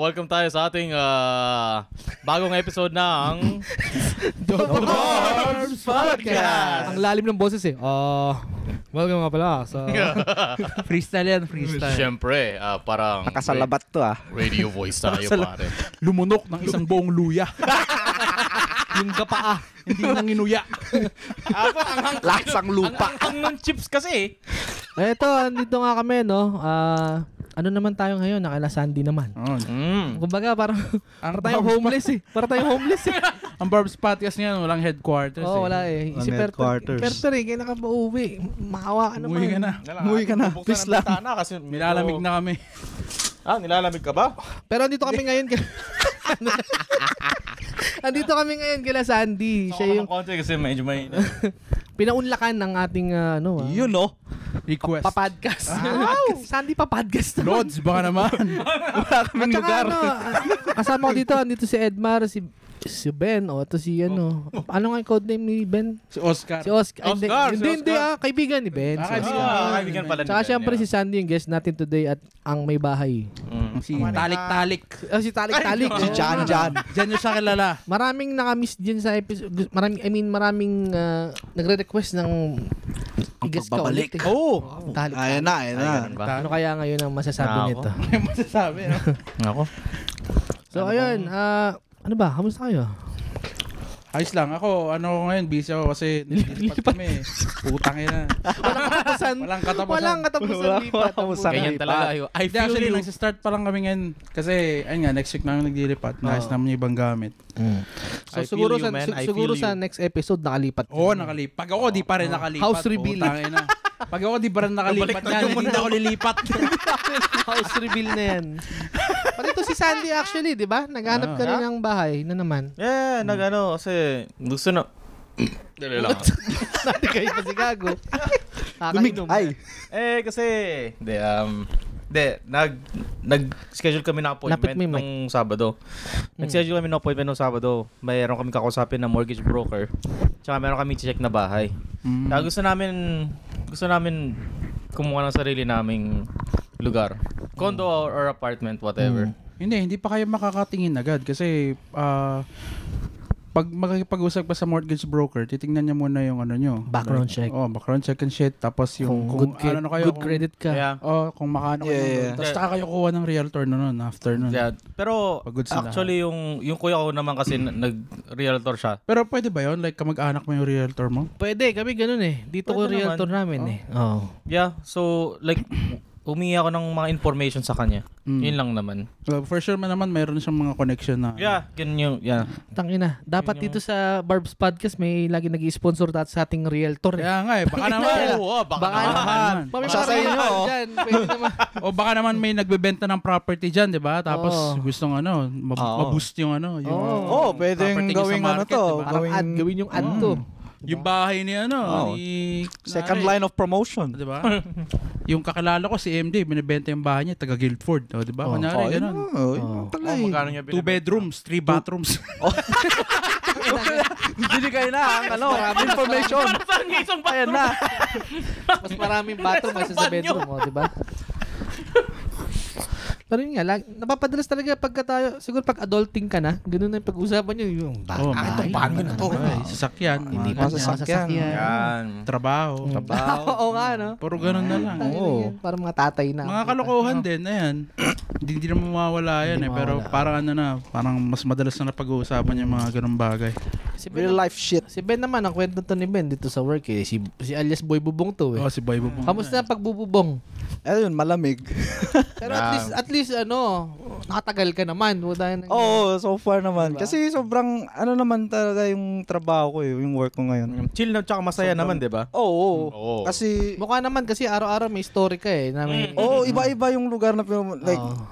welcome tayo sa ating ah, bagong episode ng Double Barbs Podcast. Ang lalim ng boses eh. Ah, welcome nga pala sa Freestyle yan, freestyle. Siyempre, ah, parang Nakasalabat to ah. radio voice tayo Nakasala- pare. Lumunok ng isang buong luya. yung kapaa. Hindi nanginuya. Ako ang hang Lasang lupa. ang hang ng chips kasi. Eto, andito nga kami no. Ah, ano naman tayo ngayon? Nakala Sandy naman. Mm. Kumbaga parang Ang para tayong homeless eh. Para tayong homeless eh. Ang Barb's Podcast niyan, walang headquarters. Oo, wala eh. Si Ang Perter. headquarters. Perter eh, kaya nakapauwi. Maawa ka naman. Umuwi ka na. Umuwi ka na. Peace lang. kasi medyo- Nilalamig na kami. Ah, nilalamig ka ba? Pero andito kami ngayon. kay- andito kami ngayon kila Siya Sandy. Siya yung yung konti kasi medyo may pinaunlakan ng ating ah, ano ah, You know, Request. papadcast. Sandy papadcast naman. Lords, baka naman. wala At kaming saka lugar. ano, ah, kasama ko dito, andito si Edmar, si si Ben, o ito si ano. Ano nga yung codename ni Ben? Si Oscar. Si Oscar. Oscar, si Hindi, hindi, hindi Oscar. ah, kaibigan ni Ben. Ah, Si Oscar. kaibigan. Ah, kaibigan pala ni Tsaka Ben, syempre yeah. si Sandy yung guest natin today at ang may bahay. Mm. Si Talik-Talik. Oh, si Talik Talik. ano, Si Jan Jan. Diyan nyo siya kilala. Maraming nakamiss din sa episode. Maraming, I mean, maraming ah, nagre-request ng i-guest ka ulit. pagbabalik. eh. Oo. Talik. Ayan na, ayan Ah. na. Ay, ganun ba? Ano kaya ngayon ang masasabi Nako. nito? May masasabi, no? Ako. So, ayun. ah, ano ba? Kamusta kayo? Ayos lang. Ako, ano ako ngayon, busy ako kasi nililipat Nililipat. kami. eh. Putang ina. Walang katapusan. Walang katapusan. Walang katapusan. Walang lipat. katapusan. Ganyan Ipa. talaga. ayo. I Hindi, feel actually, you. nagsistart pa lang kami ngayon. Kasi, ayun nga, next week namin naglilipat. Oo. Nais namin yung ibang gamit. So I feel siguro you, sa man. sig- I feel siguro sa you. next episode nakalipat. Oo, oh, nakalipat. Pag ako, di pa rin nakalipat. House reveal. Putang ina. Pag ako, di pa rin nakalipat Balik yan. tayo Hindi muna. na ako lilipat. House reveal na 'yan. Pati to si Sandy actually, 'di ba? Naghanap ka rin ng bahay na naman. Yeah, nagano kasi gusto na Dali lang. Dati kayo pa si Gago. Lumig. Kakainom. Ay. Eh, kasi, de, um, de, nag, nag-schedule kami ng appointment Lapit mo yung mic. Hmm. nung Sabado. Nag-schedule kami ng appointment nung Sabado. Mayroon kami kakausapin na mortgage broker. Tsaka meron kami check na bahay. Mm. Kaya gusto namin, gusto namin kumuha ng sarili naming lugar. Condo or, or apartment, whatever. Hmm. Hindi, hindi pa kayo makakatingin agad kasi ah, pag makikipag-usap pa sa mortgage broker, titingnan niya muna yung ano nyo. Background check. Oh, background check and shit. Tapos yung Kung good, kung, cre- ano kayo. good kung- credit ka. Kaya, Oh, kung makano kayo. Yeah, nandun. yeah. Tapos saka kayo kuha ng realtor na nun after nun. yeah. Pero Pagod sa actually yung yung kuya ko naman kasi na- nag-realtor siya. Pero pwede ba yun? Like kamag-anak mo yung realtor mo? Pwede, kami ganun eh. Dito ko Pwede realtor namin eh. Oo. Yeah, so like humingi ako ng mga information sa kanya. Hmm. Mm. Yun lang naman. Well, for sure man naman mayroon siyang mga connection na. Yeah, yun yung, yeah. Tangina. Dapat dito sa Barb's Podcast may lagi nag-sponsor tayo sa ating realtor eh. Kaya nga eh, baka naman. Kaya- Oo, baka, Baka naman. naman. Baka Siya sa inyo, oh. Dyan, pwede naman. o baka naman may nagbebenta ng property dyan, di ba? Tapos Oo. gustong ano, mab- Oo. maboost yung ano. Yung, Oo. Oo, oh, pwedeng Property niya sa gawing ano market, to. diba? Parang ad, Gawing gawin yung ad to. Yung bahay ni ano, Oo. ni... second Nari. line of promotion. Di ba? yung kakilala ko, si MD, binibenta yung bahay niya, taga Guildford. O, di ba? Oh. Kunyari, Oh, yun ganun. oh, yun Oh. Oh, pala eh. magkano niya Two binibenta? bedrooms, three bathrooms. Bili kayo na ang ano, information. Parang isang ba? Ayan na. Mas maraming bathroom kaysa sa bedroom mo, di ba? Pero yun nga, lag, napapadalas talaga pagka tayo, siguro pag adulting ka na, ganun na yung pag-usapan nyo, yung ba- Oh, ah, itong bahay. bago na to. Ay, sasakyan, Hindi mga pa niya Masasakyan. sasakyan. Yan. trabaho. Oo nga, no? Puro ganun na lang. Tangina Oo. yan, Parang mga tatay na. Mga kalokohan din, ayan. Hindi, hindi naman mawawala yan eh. Pero parang ano na, parang mas madalas na napag-uusapan yung mga ganun bagay. Si Ben, Real life shit. si Ben naman, ang kwento to ni Ben dito sa work eh. Si, si alias Boy Bubong to eh. Oh, si Boy Bubong. Kamusta ang pagbububong? Ayun, malamig. Pero at least, at least ano, nakatagal ka naman. Wala na- Oh. Oo, so far naman. Kasi sobrang, ano naman talaga yung trabaho ko eh, yung work ko ngayon. Chill na tsaka masaya naman, di ba? Oo, oo. Oo. Kasi, Mukha naman kasi araw-araw may story ka eh. Na may, Oh, oo, iba-iba yung lugar na, pinum- like, Oo.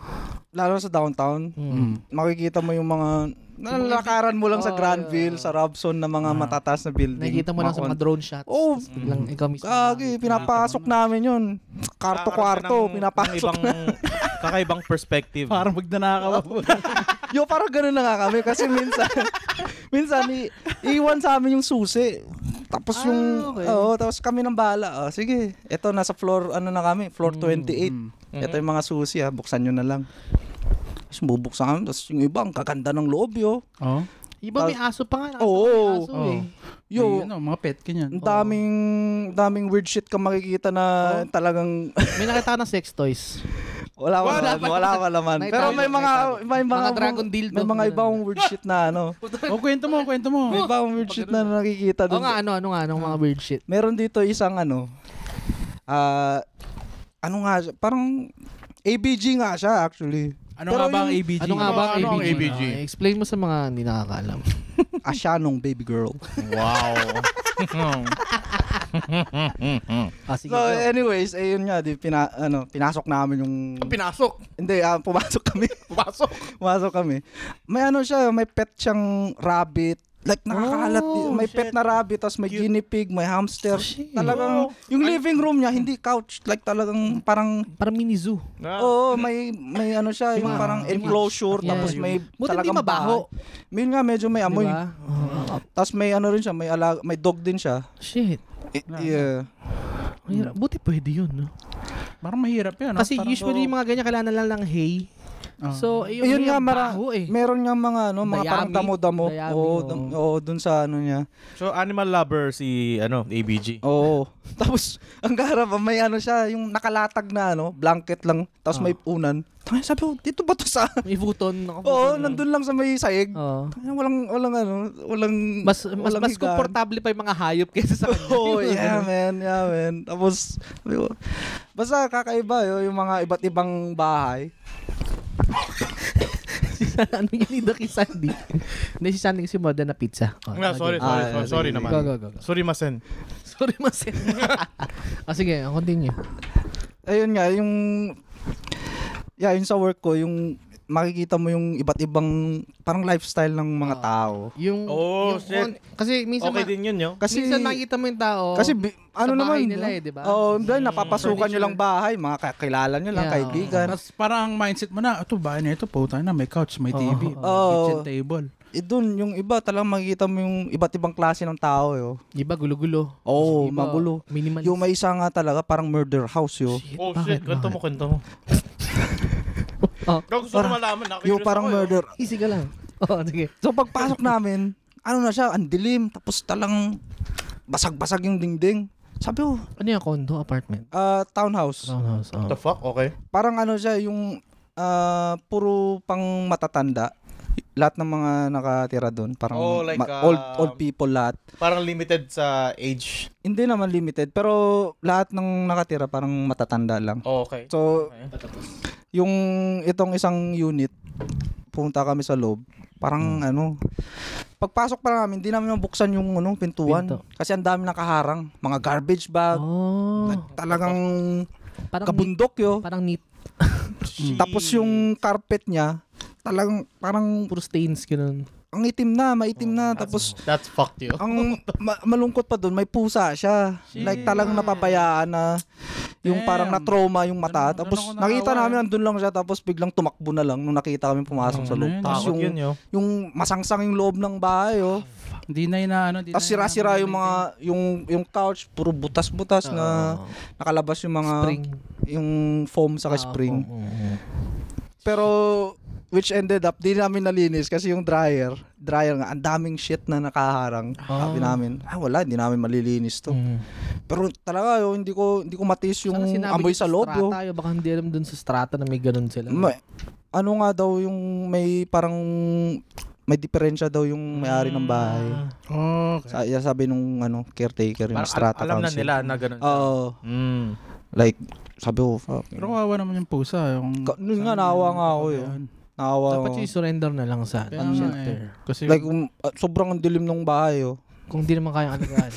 lalo sa downtown, makikita mo yung mga nalalakaran mo lang sa Granville, sa Robson na mga matataas na building. Nakikita mo lang sa mga Makon- drone shots. Oo, Biglang ikaw mismo. kagi, pinapasok namin yun. Karto-kwarto, pinapasok. Ibang, kakaibang perspective. Parang magdanakaw. Yo, parang ganun na nga kami kasi minsan, minsan i- iwan sa amin yung susi. Ah, Tapos yung, okay. oo, tapos kami ng bala. Oh, sige, Mm, Mm-hmm. eto ah, nasa floor, ano na kami, floor 28. Ito yung mga susi ha, buksan nyo na lang. Tapos bubuksan kami. Tapos yung iba, ang kaganda ng loob yo. Oh. Iba may aso pa nga. nakita ko Oo. may aso Oo. eh. Yo, May, ano, mga pet, ganyan. ang daming, daming weird shit ka makikita na Oh. talagang May nakita ka na sex toys. wala ka Wala wala, pa. wala ka naman. May Pero tawag- may may mga, tawag. may mga, Mga dragon dildo. May mga ibang weird shit na ano. Oh, kwento mo, kwento May mo. ibang weird shit na nakikita Oo dun. Ah. nga, ano, ano nga, anong mga weird shit. Meron dito isang ano, ah, ano nga, siya, parang ABG nga siya actually. Ano nga Pero ba ang yung- ABG? Ano nga ba ang Ano ang ABG? ABG? Ah, explain mo sa mga hindi nakakaalam. Asyanong baby girl. Wow. Ah, sige. So eh, anyways, ayun nga, di, pina, ano, pinasok namin yung... Pinasok. Hindi, ah, pumasok kami. Pumasok. pumasok kami. May ano siya, may pet siyang rabbit. Like nakakalat. Oh, may pet na rabbit, tapos may guinea pig, may hamster. Talagang, yung living room niya, hindi couch. Like talagang parang, Parang mini zoo. oo, may, may ano siya, yung Ah. Yung mga- parang yung mga- enclosure, yeah, tapos yung- may Buti hindi talagang mabaho. bahay. May yun nga, medyo may amoy. Diba? Oh, Tapos may ano rin siya, may, ala, may dog din siya. shit. I- yeah. Mahirap. Buti pwede yun, no? Parang mahirap Ano, yan. ah. Kasi Parang- usually yung mga ganyan kailangan lang ng hay. Ah. So, yun, Ayun nga, mara- baho eh. meron nga mga ano, mga Dayami. parang damo-damo. Dayami, Oo, oo. dam- oo, dun sa ano niya. So, animal lover si, ano, ABG. Oh, Oo. Tapos, ang garap, may ano siya, yung nakalatag na ano, blanket lang, tapos may Ah. unan. Tangina, sabi ko, dito ba to sa... May futon. Oo, nandun lang sa may saig. Oo. Tangina, Walang, walang ano, walang... Ah. Mas mas walang mas higaan. komportable pa yung mga hayop kaysa sa kanya. Oo, yeah man, yeah man. Tapos, sabi ko, basta kakaiba yun, yung mga iba't ibang bahay. ano yun yung daki Sandy? Hindi si Sandy kasi modern na pizza. Oh, Ah, sorry, sorry, okay. Ah, sorry, sige, sorry sige. naman. Go, go, go. go. Sorry, Masen. Sorry, mas. ah, sige, continue. Ayun nga, yung... Yeah, yun sa work ko, yung makikita mo yung iba't ibang parang lifestyle ng mga Ah. tao. Yung, Oh, yung shit. kasi minsan, Okay ma- din yun, yo. Kasi minsan makikita mo yung tao. Kasi bi- ano bahay naman, nila no? eh, di ba? Oo, dahil napapasukan nyo lang bahay, mga kakilala nyo lang, Yeah, kaibigan. Tapos parang ang mindset mo na, ito bahay na ito, puta na, may couch, may TV, may Oo. kitchen table. Eh dun, yung iba, talagang makikita mo yung iba't ibang klase ng tao, yo. Di ba, gulo-gulo. Oo, Iba, magulo. Minimalist. Yung may isa nga talaga, parang murder house, yo. Oh, shit. Bakit, Kwento mo, kwento mo. Oh. Kung gusto ko malaman, ah. nakikita Yung parang murder. Easy ka lang. Oo, sige. So pagpasok namin, ano na siya, ang dilim, tapos talang basag-basag yung dingding. Sabi ko, Ano yung condo, apartment? ah, townhouse. Townhouse. What Oh. the fuck? Okay. Parang ano siya, yung ah, puro pang matatanda. Lahat ng mga nakatira doon. Parang Oh, like, ma- old, ah, old people lahat. Parang limited sa age. Hindi naman limited, pero lahat ng nakatira parang matatanda lang. Oh, okay. So, Okay. yung itong isang unit, pumunta kami sa loob, parang Hmm. ano, pagpasok pa namin, hindi namin mabuksan yung ano, pintuan. Pinto. Kasi ang dami nakaharang, mga garbage bag, Oh. talagang Parang neat. kabundok yo. Parang neat. Hmm. Tapos yung carpet niya, talagang parang Puro stains, ganun. ang itim na, maitim Oh, na. Tapos That's fucked, yo. ang ma- malungkot pa doon, may pusa siya. Like talagang napapayaan na yung Damn. parang na-trauma yung mata. Ganun- tapos ganun ako nakita naawa, namin andun lang siya tapos biglang tumakbo na lang nung nakita kami pumasok Oh, sa loob. ano yun? Tapos Takot yung, yun, yo. yung masangsang yung loob ng bahay, oh. Hindi na ina, ano, di na Tapos Ah. sira-sira ina- yung mga, yung, yung couch, puro butas-butas na nakalabas yung mga, Oh. Spring. Ah, oh, yung foam Ah, sa spring. Oo, oo, oo. Pero, which ended up, di namin nalinis kasi yung dryer, dryer nga, ang daming shit na nakaharang. Sabi namin, ah wala, hindi namin malilinis to. Mm. Pero talaga, yo, hindi ko hindi ko matis yung Sana sinabi amoy ko sa loob. Yo. Strata, yo, baka hindi alam dun sa strata na may ganun sila. Ma- ano nga daw yung may parang may diferensya daw yung may-ari ng bahay. Oh, okay. Sa, sabi nung ano, caretaker yung Ah. Parang strata al- alam na council. nila na ganun. siya. Oo. Mm. like, sabi ko, fuck. Pero kawawa naman yung pusa. Yung, Ka- nun Sana nga, naawa yun, nga ako, yun. yo. Naawa Dapat ako. yung surrender na lang sa Kaya nga shelter. eh. Kasi Like, um, ah, sobrang ang dilim ng bahay, yo. Kung di naman kayang alagaan.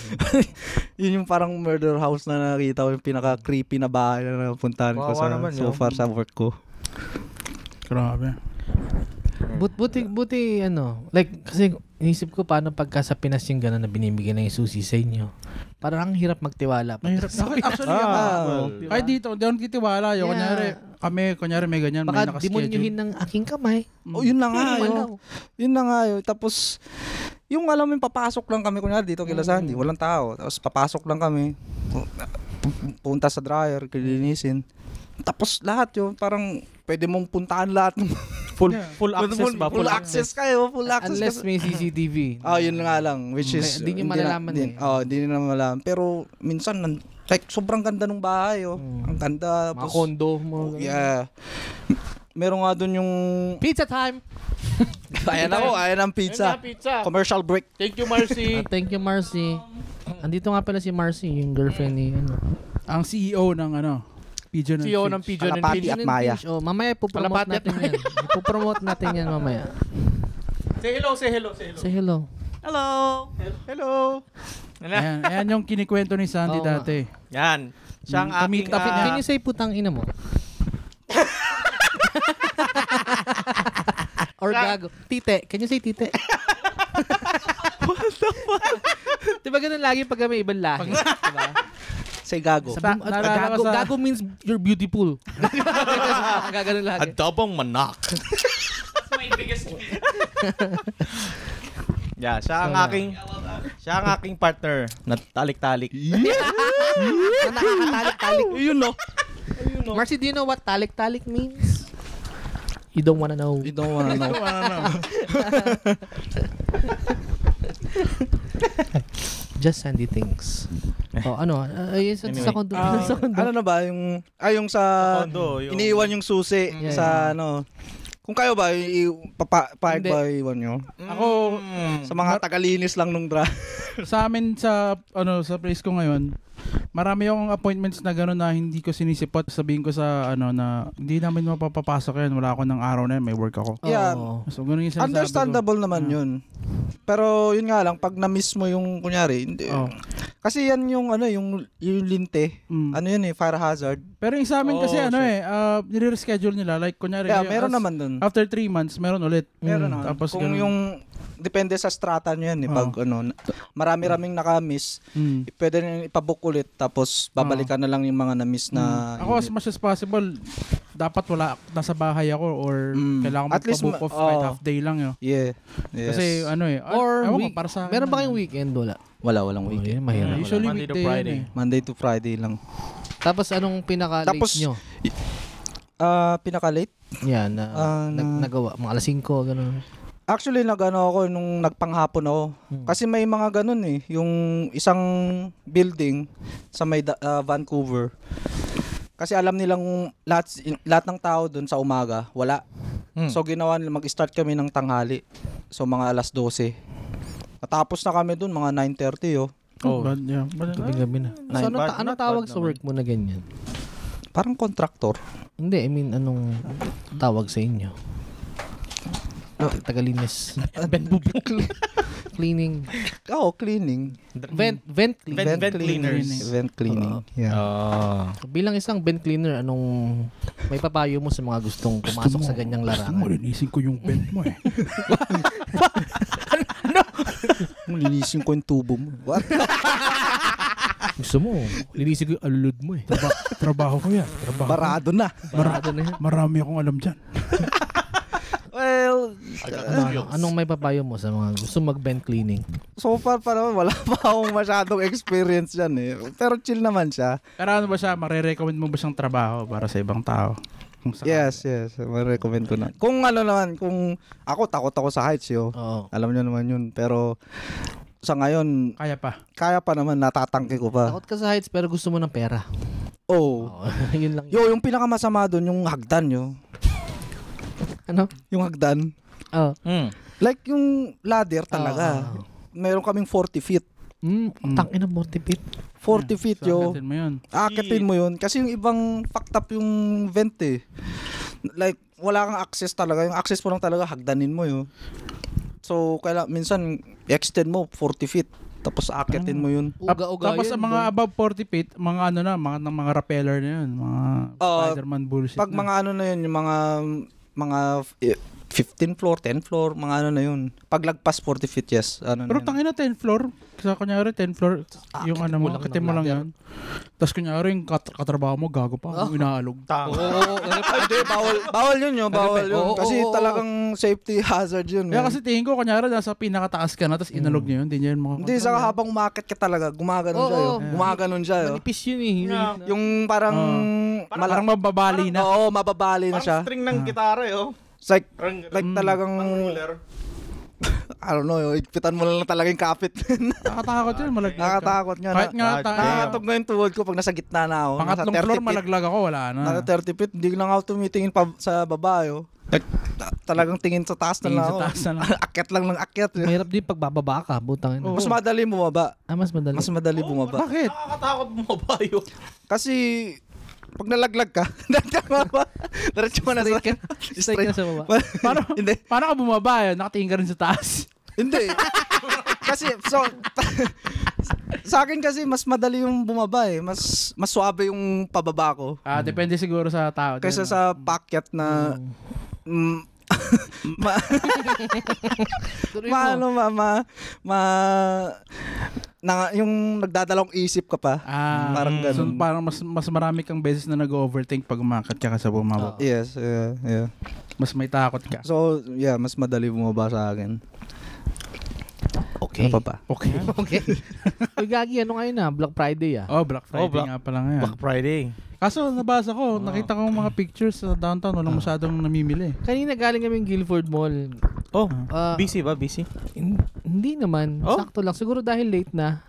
Yun yung parang murder house na nakita ko, yung pinaka-creepy na bahay na napuntahan ko Kawawa sa, naman, yo. so far sa work ko. grabe. But, buti, buti, ano, like, kasi inisip ko paano pagka sa Pinas yung gano'n na binibigyan ng susi sa inyo. Parang ang hirap magtiwala. Pag- Mahirap. Ako, actually, Ah, ako, well. Diba? kahit dito, di ako kitiwala. Yeah. Yung kunyari, kami, kunyari may ganyan, may Baka nakaschedule. demonyohin ng aking kamay. Oh, yun na nga, yo. Malaw. Yun na nga yun. Tapos, yung alam mo, yung papasok lang kami, kunyari dito kila Sandy, Mm-hmm. walang tao. Tapos papasok lang kami, pu- pu- punta sa dryer, kilinisin. Tapos lahat yun, parang pwede mong puntaan lahat ng Full, Yeah. full access full, ba? full access kayo, full access. Unless may kasi- CCTV. Ah, yun nga lang. Which Mm. is... Hindi nyo malalaman eh. na, din, oh, hindi nyo naman malalaman. Pero minsan, nan- like, sobrang ganda ng bahay. Oh. Ang ganda. Mm. Mga tapos- condo mo. Oh, yeah. Meron nga dun yung... Pizza time! Ayan ako, ayan ang pizza. pizza. Commercial break. Thank you, Marcy. Ah, thank you, Marcy. Andito nga pala si Marcy, yung girlfriend ni ano. Ang CEO ng ano, Pigeon E and CEO Fish. E ng Pigeon and Kalapati Fish. at Maya. Oh, mamaya ipopromote Kalapati at natin yan. ipopromote natin yan mamaya. Say hello, say hello, say hello. Say hello. Hello! Hello. Ayan, ayan yung kinikwento ni Oo Sandy nga. dati. Yan. Siya ang Kami- aking... kami- ah, Can you say putang ina mo? Or gago. Tite. Can you say tite? What the fuck? diba ganun lagi pag may ibang lahi? Diba? Say gago. Sabi mo, at naalala gago, ko sa- gago means you're beautiful. Gaganon lagi. Adobong manak. yeah, siya ang So, yeah. aking siya ang aking partner na talik-talik. Nakakatalik-talik. Yun, no? Marcy, do you know what talik-talik means? You don't wanna know. You don't wanna know. Just sandy things. oh, ano? Uh, yes, Anyway, sa condo. Ah, sa condo. ano na ba yung ah yung sa, Kondo, yung- iniiwan yung susi Yeah, Mm. sa yeah. ano kung kayo ba i papa, pa Hindi. ba iwan nyo? Ako, Mm. Sa mga tagalinis lang nung dra. sa amin sa ano sa place ko ngayon, marami akong appointments na gano'n na hindi ko sinisipot. Sabihin ko sa ano na hindi namin mapapapasok yan. Wala ako ng araw na yan. May work ako. yeah. Oo. So, ganun yung sinasabi ko. Mm. Understandable naman yun. Pero yun nga lang pag na-miss mo yung kunyari hindi. Oh. Kasi yan yung ano yung yung linte. Mm. Ano yun eh fire hazard. Pero yung sa amin kasi Oh, ano eh, uh, nire-reschedule nila. Like, kunyari, Yeah, ngayon, meron as- naman dun. After three months, meron ulit. Meron naman. Mm. Tapos kung ganun. Oh. yung depende sa strata nyo yan eh pag ano marami-raming naka-miss Mm. pwede nyo ipabook ulit tapos babalikan na lang yung mga na-miss na Mm. Hmm. Ako as much as possible, dapat wala, nasa bahay ako or Mm. kailangan At least magpa-book ma- off kahit oh. half day lang yun. Yeah. Yes. Kasi ano eh, ay- Or ewan ko, week, para sa akin meron ba lang kayong yun. weekend? Wala. wala, walang Oh, weekend. yun, mahirap. Yeah. Usually Monday to weekday Friday. Friday. Monday to Friday lang. Tapos anong pinaka-late Tapos, nyo? Ah, pinaka-late? Yan, na, ah, nag- na- nagawa. Mga alas 5, ganun. Actually, nagano ako nung nagpanghapon ako. Kasi may mga ganun eh. Yung isang building sa may da- ah, Vancouver. Kasi alam nilang lahat, lahat ng tao dun sa umaga, wala. So ginawa nila, mag-start kami ng tanghali. So mga alas 12. Natapos na kami dun, mga 9.30 oh. Oh. But, yeah. But, Gabi-gabi na. Nine. So, ano, Bad, ta- ano not tawag bad sa work mo na ganyan? Parang contractor. Hindi, I mean, anong tawag sa inyo? Ah. Tagalinis. Cleaning. Oo, cleaning. Vent, vent cleaning. Vent- vent cleaners. Vent cleaning. Yeah. Ah. Bilang isang vent cleaner, anong may papayo mo sa mga gustong pumasok sa ganyang Gusto mo, larangan? linisin ko yung bed mo eh. Kung linisin ko yung tubo mo. What? Gusto mo, linisin ko yung alulod mo eh. Traba- Diba? trabaho ko yan. Trabaho. Barado na. Barado ano na yan. Marami akong alam dyan. Well, Anong, anong may papayo mo sa mga gusto mag-vent cleaning? so far pa naman wala pa akong masyadong experience yan eh. Pero chill naman siya. Pero ano ba siya, marirecommend mo ba siyang trabaho para sa ibang tao? Kung sakali. Yes, yes. Ma-recommend ko na. Kung ano naman, kung ako takot ako sa heights yo. Oo. Alam niyo naman yun. Pero sa ngayon, Kaya pa. kaya pa naman natatangke ko pa. Takot ka sa heights pero gusto mo ng pera. Oh. Oo, yun lang. Yo, yung pinakamasama doon yung hagdan yo. Ano? Yung hagdan. Oh. Mm. Like yung ladder talaga. Meron kaming 40 feet. Mm, tangin na 40 feet. 40 feet yo. Sakitin Hmm. mo yun. Akitin mo yun. Kasi yung ibang fucked up yung vent eh. Like, wala kang access talaga. Yung access mo lang talaga, hagdanin mo yun. So, kaila, minsan, extend mo 40 feet. Tapos akitin mo yun. Uga-uga Tapos yun, ang mga boy. above 40 feet, mga ano na, mga, ng mga rappeller na yun. Mga Oo. Spider-Man bullshit Pag na. mga ano na yun, yung mga, mga eh, 15 floor, 10 floor, mga ano na yun. Paglagpas 40 feet, yes. Ano Pero na yun. tangin na 10 floor. Kasi kunyari 10 floor, Ah, yung ano mo, kitin mo lang yan. Tapos kunyari yung kat- katrabaho mo, gago pa, Ah, oh. inaalog. Tang. Hindi, bawal, bawal yun yun, bawal yun. Oo, Kasi oo, oo. talagang safety hazard yun. Kaya man. kasi tingin ko, kunyari nasa pinakataas ka na, tapos inalog niya yun, hindi niya yun Hindi, makakontrol. saka habang umakit ka talaga, gumaganon Oo, siya yun. oo. Gumaganon siya yun. Manipis yun eh. Yung parang... Oo. mala- Parang mababali na. Oo, mababali na siya. Parang string ng gitara, yo. It's like, Parang ganun. Mm. like talagang, Pang ruler. I don't know, ipitan mo lang talaga yung kapit. Nakatakot yun, malaglag ka. Nakakatakot nga. Kahit na, nga, ta- ah, nakakatog nga yung tuhod ko pag nasa gitna na ako. nasa pangatlong 30 floor, Ah. feet. malaglag ako, wala na. Nasa 30 feet, hindi lang ako tumitingin pa sa baba, yo. Ta- Talagang tingin sa taas na Tingin lang sa ako. taas na lang. akyat lang ng akyat. yo. Mahirap din pagbababa ka, butang ina. Oo. Mas madali bumaba. Ah, mas madali. Mas madali bumaba. Bakit? Nakakatakot mo ba yun? Kasi, pag nalaglag ka, diretso ka na sa... Straight na sa baba. Paano, Hindi. paano ka bumaba yun? Nakatingin ka rin sa taas. Hindi. kasi so sa akin kasi mas madali yung bumaba eh. Mas mas suabe yung pababa ko Ah, depende siguro sa tao. Hmm. kaysa Din, sa packet na mm, ma, Tuloy ma, mo. ano, ma, ma, ma- na, yung nagdadalawang isip ka pa. Ah, Parang ganun. So, parang mas, mas marami kang beses na nag-overthink pag umakat ka Ah. sa bumaba. Yes, yeah, yeah. Mas may takot ka. So, yeah, mas madali bumaba sa akin. Okay. Ano pa ba? Okay. Okay. Uy, Gagi, ano ngayon na? Black Friday ah. Oh, Black Friday Oh, Black- nga pala ngayon. Friday. Kaso nabasa Ah, ko, nakita ko mga pictures sa downtown, walang masyadong namimili. Kanina galing kami yung Guilford Mall. Oh, Ah, busy ba? Busy? hin- hindi naman. Oh? Sakto lang. Siguro dahil late na.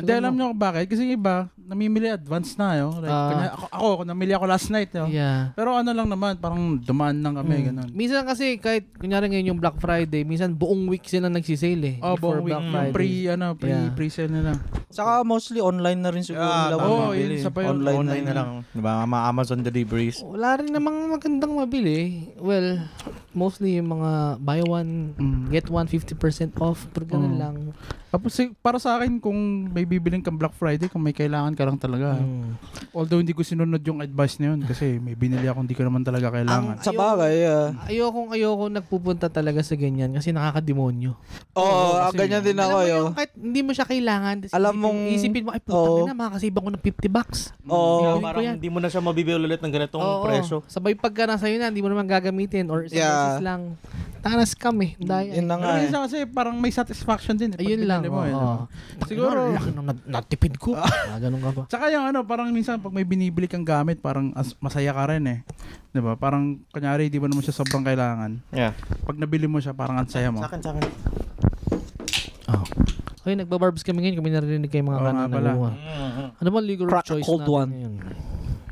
Hindi alam nyo kung bakit. Kasi yung iba, namimili advance na. Yo. Like, ano? Ah. kanya- ako, ako, namili ako last night. Yo. Yeah. Pero ano lang naman, parang dumaan lang kami. Mm. Ganun. Minsan kasi kahit kunyari ngayon yung Black Friday, minsan buong week sila nagsisale eh. Oh, before buong week. Black Yung Friday. pre, ano, pre, Yeah. pre-sale nila. Saka mostly online na rin siguro. Yeah, nila Ah, tama. bumaba. Oo, oh, yun, bili. isa pa yun. Online na Online na lang. Diba? Mga Amazon deliveries. Wala rin namang magandang mabili. eh. Well, mostly yung mga buy one, Mm. get one 50% off. Pero ganun Oh. lang. Tapos eh, para sa akin, kung may bibiling kang Black Friday, kung may kailangan ka lang talaga. Mm. Although hindi ko sinunod yung advice na yun kasi may binili ako hindi ko naman talaga kailangan. Sa bagay, ah. Ayokong ayokong nagpupunta talaga sa ganyan kasi nakakademonyo. Oo, Oo, ah, kasi- ganyan din ako. oh. Alam mo yo. yung kahit hindi mo siya kailangan. tas Alam isipin- mong- Isipin mo, ay putang Oo. ina, makakasibang ko ng 50 bucks. Oo. Bilhin ko parang yan. hindi mo na siya mabibili ulit ng ganitong Oo. presyo. Sabay pagka nasa yun na, hindi mo naman gagamitin or isang Yeah. beses lang. Tanas kami. Dahil. Yun na nga Pero eh. minsan kasi parang may satisfaction din. eh, pag Ayun binili lang. Mo, eh, oo. no? Siguro- Ano, laki nung nat- natipid ko. Ah, ganun ka ba? Tsaka yung ano, parang minsan pag may binibili kang gamit, parang as- masaya ka rin eh. 'Di ba? Parang kunyari, di mo naman siya sobrang kailangan. Yeah. Pag nabili mo siya, parang ang saya mo. Sa akin, sa akin. Okay, nagbabarbs kami ngayon. Kami narinig kayo mga Oo kanan nga pala. Ano ba liquor Mm. Crack of choice cold natin one. ngayon?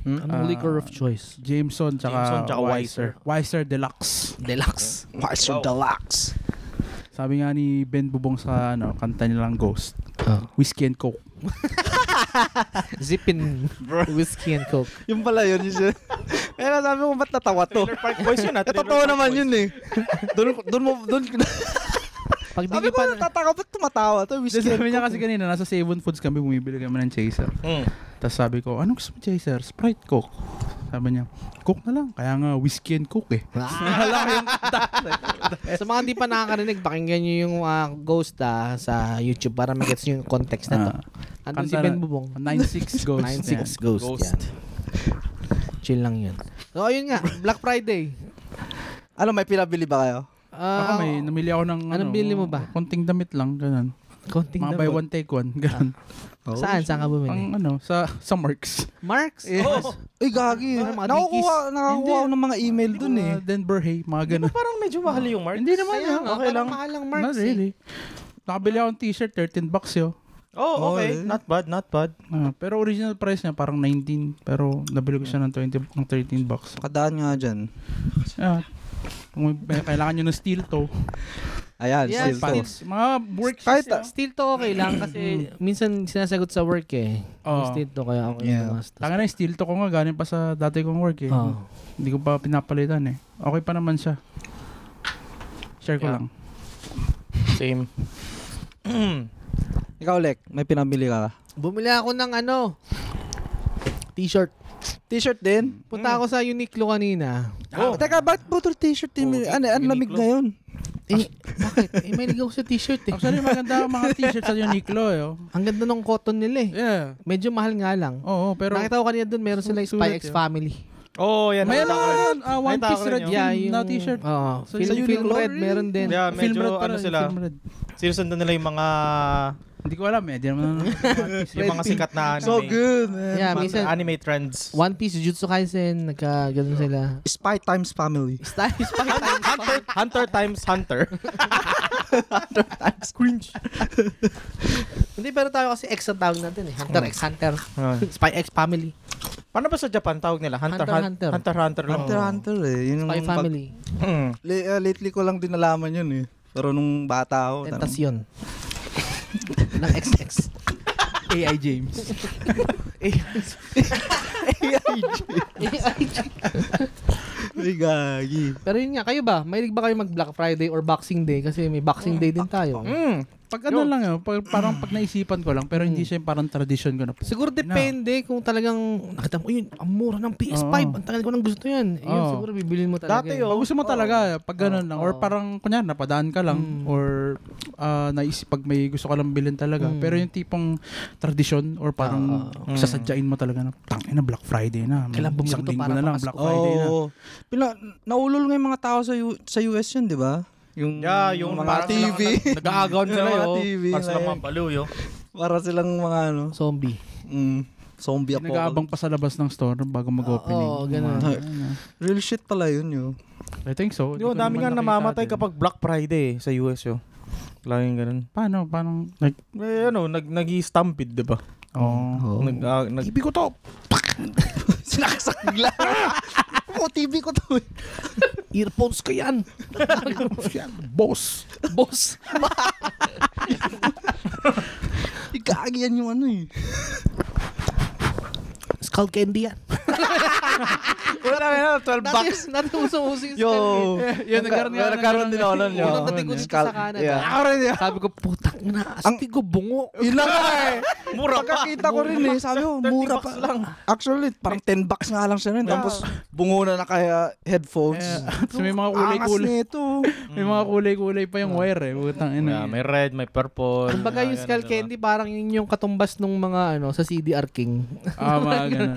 Hmm? Anong Ah. liquor of choice? Jameson tsaka, Jameson tsaka Wiser. Wiser Deluxe. Deluxe. Marshall Deluxe. Sabi nga ni Ben Bubong sa ano, kanta nilang Ghost. Ah. Whiskey and Coke. Zippin whiskey and coke. Yung pala yun. Yun Kaya sabi ko, ba't natawa to? Trailer Park Boys yun ah. Eh, Trailer totoo Park naman Boys. yun eh. Doon, doon mo, doon. Pag di sabi nyo ko, pa, ano natataka, ba't tumatawa to? Kasi Whiskey. sabi niya kasi kanina, nasa Savon Foods kami, bumibili kami ng chaser. Mm. Tapos sabi ko, anong gusto mo chaser? Sprite Coke. Sabi niya, Coke na lang. Kaya nga, whiskey and Coke eh. sa mga di pa nakakarinig, pakinggan nyo yung ah, Ghost ah, sa YouTube para magets nyo yung context na to. Ah, Andun si kanta Ben na- Bubong. 9-6 Ghost. 9-6 Ghost. Ghost. Yan. Chill lang yun. So, ayun nga. Black Friday. Ano, may pinabili ba kayo? Yan. Ako Ah, may, namili ako ng ano, Anong bili mo ba? Konting damit lang, ganun. Konting Ah, Mga na- buy one Oh, take one, ganun. Saan? Saan ka Pang bumili? ano, sa sa Marks. Marks? Oh, Uy, gagi. Ano, mga Nakakuha, dikis? nakakuha Hindi. ako ng mga email dun eh. Mga Denver Hay, mga ganun. parang medyo mahal yung mark. Hindi naman Kaya yun. nga, okay ah. parang lang. Mahal ang Not Marks eh. really. Nakabili ako ng t-shirt, 13 bucks yun. Oh, Oh, okay. eh. Not bad, not bad. Ah, pero original price niya parang 19 pero nabili ko siya ng 20 ng 13 bucks. Kadaan nga dyan. Ah, kung may- kailangan niyo ng steel toe. Ayan, Yeah, still to. steel. ah, Mga work shoes. Kahit, yun. Still to okay lang kasi minsan sinasagot sa work eh. Oo. Still to kaya okay Yeah. yeah. naman. Tanga na yung steel toe ko nga galing pa sa dati kong work eh. Oh. Hindi ko pa pinapalitan eh. Okay pa naman siya. Share ko Yeah. lang. Same. Ikaw, Lek, may pinabili ka. Bumili ako ng ano, t-shirt. T-shirt din? Punta ako sa Uniqlo kanina. Oh. Ah, Teka, bakit putol t-shirt din? Oh, ano, ang lamig Uniqlo. ngayon. Eh, bakit? Eh, may ligaw sa t-shirt eh. Actually, maganda ang mga t-shirt sa Uniqlo eh. oh. Ang ganda ng cotton nila eh. Yeah. Medyo mahal nga lang. Oo, Oh, pero... Nakita ko kanina doon, meron sila yung Spy Sulit eh. X yun. Family. Oh, yan. Meron nakita ko rin. ah, Nakita One ko Piece rin Red yun. yeah, na t-shirt. Oo. So, film, yun film yung- red, meron din. Yeah, Film medyo red pala, ano yung sila. film red. Sinusundan nila yung mga Hindi ko alam eh. Di naman Yung mga sikat na anime. So good, man. Yeah, Mga minsan, anime trends. One Piece, Jutsu Kaisen, nagka, ganun sila. Spy Times Family. Style, spy time. Hunter, Hunter times Hunter. Cringe. Hindi, pero tayo kasi X ang tawag natin eh. Hunter X Hunter. Spy X Family. Paano ba sa Japan tawag nila? Hunter Hunter, Hun- Hunter. Hunter, Hunter lang. Hunter Hunter eh. Yun yung Spy pag- Family. Mm. Li- uh, lately ko lang din nalaman yun eh. Pero nung bata ako, tarang- Tentacion. ng XX. AI James. Ay, gagi. Pero yun nga, kayo ba? Mahilig ba kayo mag Black Friday or Boxing Day? Kasi may Boxing Day din tayo. Mm. Pag ano lang yun, pag, parang pag naisipan ko lang, pero hindi siya yung parang tradition ko na po. Siguro depende kung talagang nakita mo, yun, ang mura ng PS5. Oo. Ang tagal ko nang gusto yan. Yun, Oo. siguro bibilin mo talaga. Dati yun. yun. Pag gusto mo talaga, pag ganun lang, Oo. or parang kunyari, napadaan ka lang, Mm. or ah, naisip pag may gusto ka lang bilhin talaga. Mm. Pero yung tipong tradition, or parang Oo. sasadyain mo talaga na, tangin na Black Friday na. Kailan bumili ko Isang to linggo para na lang, papasko?" Black Friday na. Oo. Pina, naulol nga yung mga tao sa, U- sa US yun, di ba? Yung, Yeah, yung mga parang silang TV. nag- Nag-aagawan Yung sila mga yun. TV, Para silang like- mga baliw yun. para silang mga ano, Zombie. mm, zombie Nag-aabang apocalypse. pa sa labas ng store bago mag-opening. Oo, ganun. Mga- ano. Real shit pala yun yun. I think so. Yung dami oh. Hindi ko naman nga nakita namamatay din. kapag Black Friday eh, sa US yun. Laging ganun. Paano? Paano? Like, Eh, ano, nag nag-stampede, di ba? oh. Nag, ah, nag, Ibig ko to. Sinaksak bigla. Oo, TV ko to. eh. Earphones ko yan. Boss. Boss. Igagi yan yung ano eh. Skull candy yan. Wala na, 12 bucks. Dati, dati uso-uso yung Yo. skull candy. Yun, nagkaroon nga. Nagkaroon din ako nun. yo. Unang dating ko dito sa Canada. Ah, Yeah. Ako rin yan. Sabi ko, putang na. Asti ko bungo. Yun lang nga eh. mura pa. Pagkakita ko rin eh. Sabi ko, mura pa. lang. Actually, parang 10 bucks nga lang siya rin. Tapos, bungo na na kaya headphones. So, may mga Angas kulay-kulay. nito. May mga kulay-kulay pa yung wire eh. Butang Yeah, Ano ina. may red, may purple. Kumbaga yung mga skull Ah, ganun, candy, parang yun yung katumbas nung mga ano sa CDR King. Ah, mga ganun.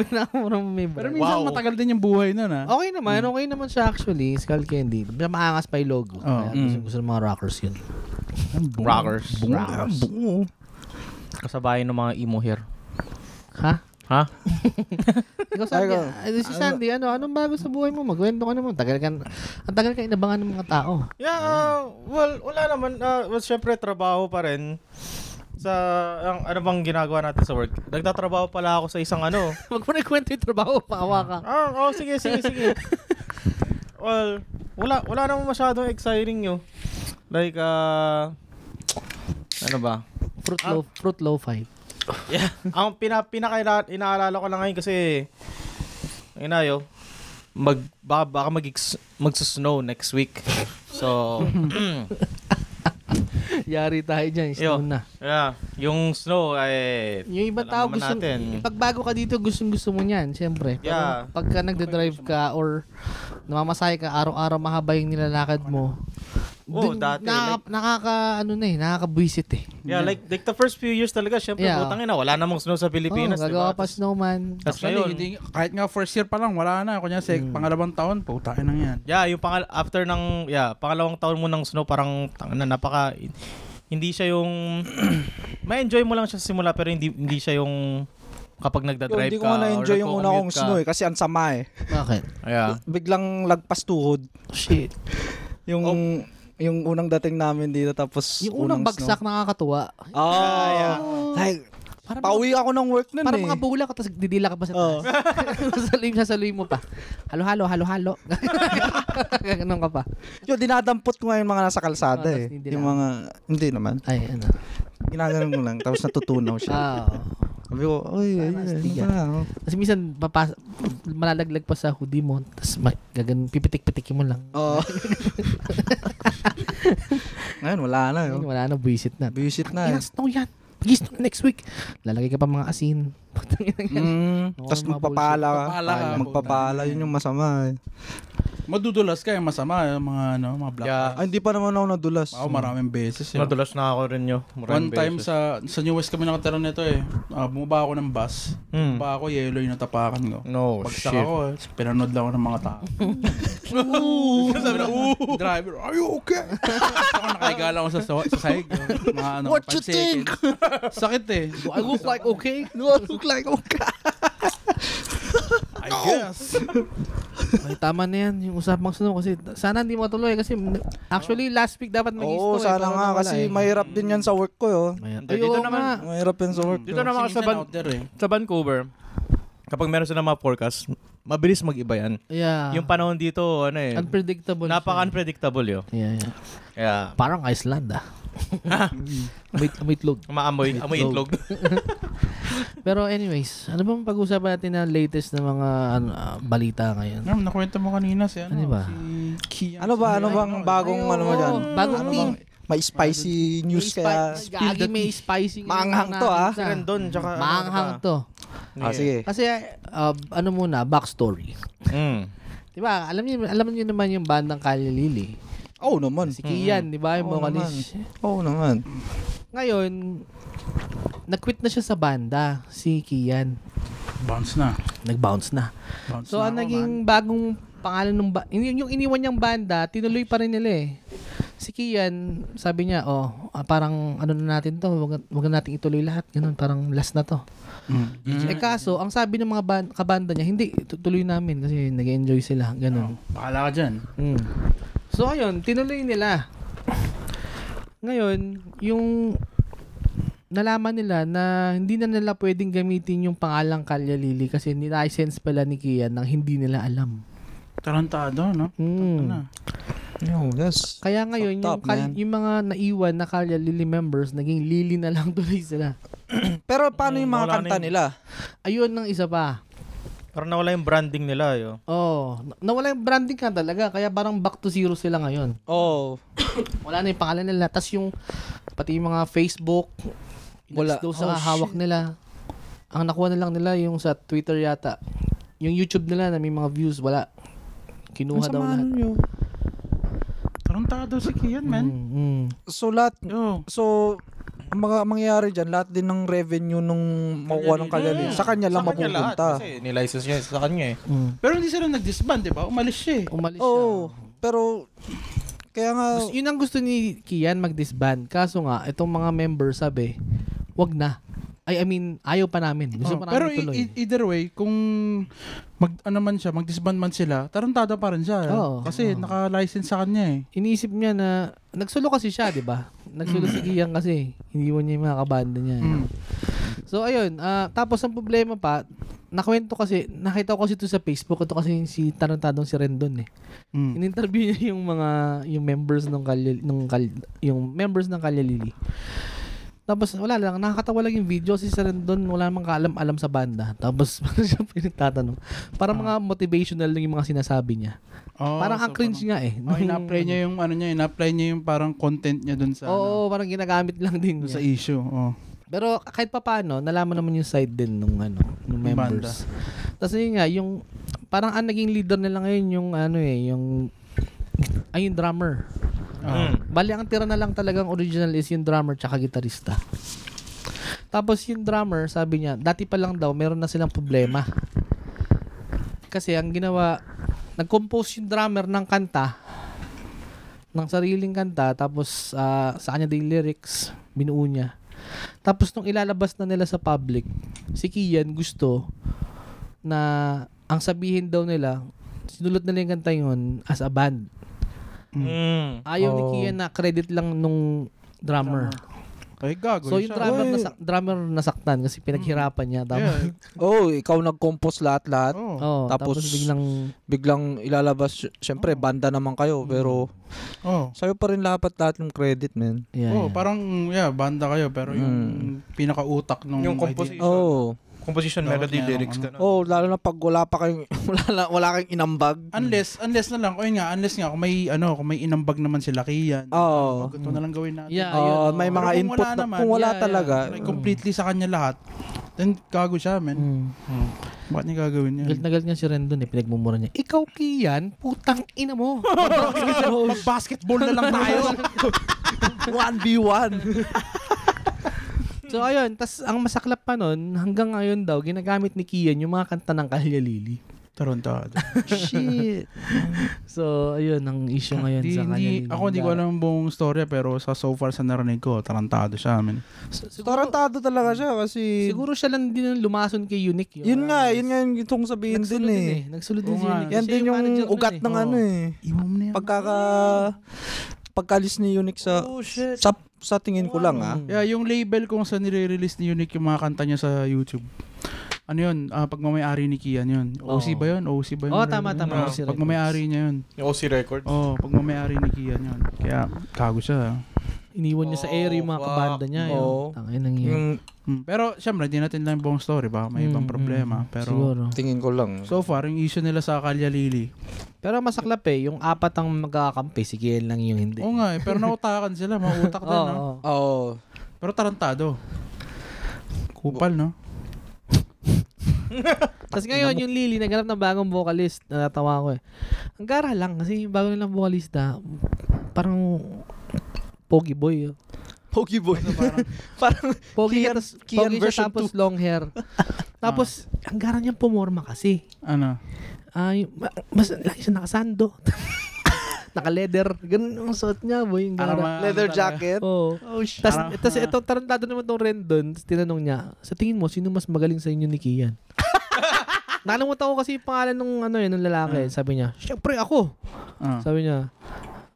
Pinakamurang may brand. Pero minsan matagal din yung buhay nun Oh, ah. Okay naman, Hmm. okay naman siya actually, skull candy. Pero maangas pa yung Oh. logo. Kaya gusto, Hmm. gusto ng mga rockers yun. diba? Rockers. Rockers. Bungo. Kasabayan ng mga emo hair. Ha? Ha? Ikaw Sandy, Ay, ah, si Sandy, ano, anong bago sa buhay mo? Magkwento ka naman. Tagal ka, ang tagal ka inabangan ng mga tao. Yeah, uh, well, wala naman. Uh, well, syempre, trabaho pa rin. Sa, ang, ano bang ginagawa natin sa work? Nagtatrabaho pala ako sa isang ano. Wag mo na kwento yung trabaho, paawa ka. Ah, oh, sige, sige, sige. well, wala, wala naman masyadong exciting yun. Like, uh, ano ba? Fruit loaf, fruit lo-fi. Yeah. ang pina, pinaka inaalala ko lang ngayon kasi, ang inayo, mag, ba, baka mag magsusnow next week. So, Yari tayo dyan, Yo. stone na. yeah, yung snow ay Yung ibang Alam tao naman gusto, natin. pag bago ka dito, gustong gusto mo niyan, siyempre. Pero Yeah. pagka nagde-drive ka or namamasahe ka, araw-araw mahaba yung nilalakad mo. Oo, oh, dun- dati, na- nakaka, ano na eh, nakakabwisit eh. Yeah, like like the first few years talaga, syempre, Yeah. putang ina, wala namang snow sa Pilipinas, Oo, di Oh, gagawa ba? pa snowman. Tapos Actually, ngayon, ano, hindi, kahit nga first year pa lang, wala na. Kunya sa Mm. pangalabang taon, putain na yan. yeah, yung pangal after ng yeah, pangalawang taon mo ng snow, parang tang na napaka hindi siya yung ma-enjoy mo lang siya sa simula pero hindi hindi siya yung kapag Yo, nagda-drive Hindi ko ka nga na-enjoy yung una kong snow eh. Kasi ang sama eh. Bakit? Yeah. Biglang lagpas tuhod. Shit. Yung... Yung unang dating namin dito tapos Yung unang bagsak snow. nakakatuwa. Oh, Like, Para pauwi ako ng work nun para eh. mga bula ka, tapos didila ka pa sa Oo. taas. sasaluy, sasaluy mo pa. Halo-halo, halo-halo. Ganun ka pa. Yo, dinadampot ko ngayon mga nasa kalsada Ah, eh. tapos hindi Yung mga, hindi naman. Ay, ano. Ginaganon ko lang. Tapos natutunaw siya. Ah, oo. Sabi ko, oy, ay, Sana, ano stiga." ba? oh." Kasi minsan, papas- malalaglag pa sa hoodie mo, tapos ma- gagan, pipitik-pitikin mo lang. Oo. Ngayon, wala na. Ayun, Yo. wala na, buisit na. Visit na eh. Ilang snow yan? Pagis na next week. Lalagay ka pa mga asin. Putang ina. Mm, Oo, Tapos mga magpapala ka. Papala ka. Magpapala, yun yung masama eh. Madudulas ka yung masama, yung mga ano, mga black. Yeah. Ah, hindi pa naman ako nadulas. Ako maraming beses. yun. Nadulas na ako rin yun. One time sa sa New West kami nakatira nito eh. Ah, bumaba ako ng bus. Mm. Hmm. Bumaba ako, yellow yung natapakan ko. No, Oh, Bagsak shit. ako eh. Pinanood lang ako ng mga tao. Sabi na, Driver, are you okay? ako nakahiga lang ako sa, sa, sa sahig. Mga, ano, What five you think? seconds. Sakit eh. I look like okay? No, I look like okay. I guess. Ay, tama na yan yung usapang sunog kasi sana hindi matuloy kasi actually last week dapat eh, mag-story. Oo, sana nga kasi mahirap din yan sa work ko. Yo. Hindi, dito Ayun naman. nga. Mahirap yan sa work. Dito naman ako sa, Minsan Van- out there eh. sa Vancouver, kapag meron silang mga forecast, mabilis mag-iba yan. Yeah. Yung panahon dito, ano eh, Ah. Unpredictable. siya. napaka-unpredictable yun. Yeah, yeah. Yeah. Parang Iceland ah. wait, wait, load. Maamoy, amoy itlog. Pero anyways, ano bang pag-usapan natin na latest na mga ano, ah, balita ngayon? Ma'am, nakwento mo kanina si ano, Ano ba? si Kian. Ano ba? Ano bang bagong ano mo dyan? Bagong Ano team. bang may spicy news kaya? Gagi may spicy. ngayon Maanghang to, natin ah. sa- Doon, tsaka... ano, Maanghang tsaka- to. Ah, sige. Kasi ah, ano muna, backstory. Mm. Diba, alam niyo alam niyo naman yung bandang Kalye Lili. Oo naman. Si Kian, di ba? Yung Oo vocalist. Oo naman. Ngayon, nag-quit na siya sa banda, si Kian. Bounce na. Nag-bounce na. Bounce So, na ang ako, naging bagong pangalan ng ba- yun- yung iniwan niyang banda, tinuloy pa rin nila eh. Si Kian, sabi niya, oh, ah, parang ano na natin to, wag, wag na natin ituloy lahat. Ganun, parang last na to. man. Mm. Eh kaso, ang sabi ng mga ban- kabanda niya, hindi, tutuloy namin kasi nag enjoy sila. Ganun. Bahala ka dyan. Mm. So ayun, tinuloy nila. Ngayon, yung nalaman nila na hindi na nila pwedeng gamitin yung pangalang Kalya Lili kasi nilicense pala ni Kian nang hindi nila alam. Tarantado, no? Mm. Ano? Yo, Oh, yes. Kaya ngayon, yung, Fucked up, kal- man. yung mga naiwan na Kalya Lili members, naging Lili na lang tuloy sila. Pero paano yung mga Wala na kanta yun. nila? Ayun ang isa pa. Parang nawala yung branding nila, yo. Oh, na- nawala yung branding ka talaga. Kaya parang back to zero sila ngayon. Oh, Wala na yung pangalan nila. Tapos yung, pati yung mga Facebook, wala. Wala. daw Oh, sa hawak shit. nila. Ang nakuha na lang nila yung sa Twitter yata. Yung YouTube nila na may mga views, wala. Kinuha daw lahat. Tarantado si Kian, man. Mm, mm. So lahat Yo. so ang mga mangyayari diyan lahat din ng revenue nung makuha ng kalalin sa kanya lang Sa kanya lahat, mapupunta. Kasi nilicense niya sa kanya eh. Mm. Pero hindi sila nag-disband, di ba? Umalis siya eh. Oh, Umalis siya. Oo. Pero kaya nga Oh. Gusto- yun ang gusto ni Kian mag-disband. Kaso nga, itong mga members sabi, wag na. Ay, I mean, ayaw pa namin. Gusto Oh, pa namin pero i- tuloy. i- either way, kung mag ano man siya, mag-disband man sila, tarantado pa rin siya. eh. Oo. Kasi Oo. naka-license sa kanya eh. Iniisip niya na, nagsulo kasi siya, di ba? Nagsulo si Kian kasi. Hindi mo niya yung mga kabanda niya. Mm. So ayun, ah, tapos ang problema pa, nakwento kasi, nakita ko kasi ito sa Facebook, ito kasi si Tarantadong si Rendon eh. Mm. In-interview niya yung mga, yung members ng Kalya, nung Kal- yung members ng Kalya Lili. Tapos wala lang, nakakatawa lang yung video si Rendon, wala mang kaalam-alam sa banda. Tapos parang siya pinagtatanong. Parang mga motivational lang yung mga sinasabi niya. Oo, parang Ah. Oh, so ang cringe nga eh. Oh, ina-apply niya yung ano niya, ina-apply niya yung parang content niya dun sa Oo, parang ginagamit lang din ano, dun niya. sa issue. Oh. Pero kahit pa paano, nalaman naman yung side din nung ano, nung Yung members. Tapos yun nga, yung parang ang naging leader nila ngayon yung ano eh, yung ay yung drummer. Ah. Mm. Bali ang tira na lang talagang original is yung drummer tsaka gitarista. Tapos yung drummer, sabi niya, dati pa lang daw meron na silang problema. Kasi ang ginawa, nag-compose yung drummer ng kanta ng sariling kanta tapos ah, sa kanya din lyrics binuo niya. Tapos nung ilalabas na nila sa public, si Kian gusto na ang sabihin daw nila, sinulot nila yung kanta yun as a band. Mm. Ayaw ni Oh. Kian na credit lang nung drummer. Ay, gago. So yung siya. drummer Uy. nasak- drummer nasaktan kasi pinaghirapan niya Yeah. tapos oh, ikaw nag-compose lahat-lahat. oh, Oh. tapos, Tapos- biglang Biglang ilalabas syempre banda naman kayo pero Oh. sa'yo pa rin dapat lahat ng credit, man. yeah, yeah. Mm. Oh, parang yeah, banda kayo pero yung pinaka-utak nung Yung idea. composition. Oh. Composition, Dapat melody, merong lyrics, ano. gano'n. Oh, lalo na pag wala pa kayong wala na, wala kayong inambag. Unless, unless na lang, o yun nga, unless nga, kung may, ano, kung may inambag naman sila kay Ian. Oo. wag, Ito na lang gawin natin. Oh. Yeah, Oh, yun, oh. may Pero mga kung input wala na naman, kung wala yeah, yeah. talaga. Like, completely sa kanya lahat. And gago siya, man. Mm. Bakit niya gagawin yan? Galit na galit nga si Rendon eh, pinagmumura niya. Ikaw, Kian, putang ina mo. Oh. Mag-basketball na lang tayo. 1v1. so ayun, tas ang masaklap pa nun, hanggang ngayon daw, ginagamit ni Kian yung mga kanta ng Kalya Lili. Tarantado. Shit. so ayun, ang issue ngayon Di, sa Kalya hindi, Lili. ako hindi ko alam ang buong story pero sa so far sa narinig ko, tarantado siya, man. S- Siguro, Tarantado talaga siya kasi... siguro siya lang din ang lumason kay Unique. yun nga, yun nga yung itong sabihin din eh. Nagsulod din Oo si nga. Unique. Yan Siya din manager yung nun ugat eh. ng Oo. ano eh. Iwan mo na yan. Pagkaka... Pagkalis ni Unique sa... Oh, shit. ano, Sa, sa tingin ko lang Mm. ah. Hmm. Yeah, yung label kung saan nire-release ni Unique yung mga kanta niya sa YouTube. Ano yun? Ah, pagmamayari ni Kian yun. OC Oo. ba yun? OC ba yun? Oo, tama, tama. Ah, OC Records. Pagmamayari niya yun. Yung OC Records. Oo, oh, pagmamayari ni Kian yun. Kaya, kago ah. siya. Iniwan niya sa air yung mga Oh, kabanda niya. Oo. Oh. Tangin ang yun. Yung Hmm, Pero, syempre, di natin lang buong story. Baka may Mm, ibang mm, problema. Pero, Siguro. tingin ko lang. so far, yung issue nila sa Kalya Lili. Pero masaklap eh, yung apat ang magkakampi, si Kiel lang yung hindi. Oo nga eh, pero nautakan sila. Mautak din, Oo, no? oo. Oo. Pero tarantado. Kupal, no? Tapos ngayon, yung Lily, naghanap ng bagong vocalist. Natatawa ko eh. Ang gara lang kasi yung bago nilang vocalista, parang pogi boy. oh. Pogi boy. Parang Pogi, Kian- tapos, Kian pogi siya version tapos long hair. tapos, Ah. ang gara niyang pumorma kasi. Ano? Ay, ma- mas lagi siya nakasando. Naka-leather. Ganun ang suot niya, boy. Ang Para gara. ma- ano leather talaga. jacket. Oo. Oh, shit. Tapos, Parang- tas ito, tarantado naman tong Rendon. Tas tinanong niya, sa tingin mo, sino mas magaling sa inyo ni Kian? Nakalimutan ko kasi yung pangalan nung ano yun, nung lalaki. Sabi niya, syempre ako. Ah. Sabi niya,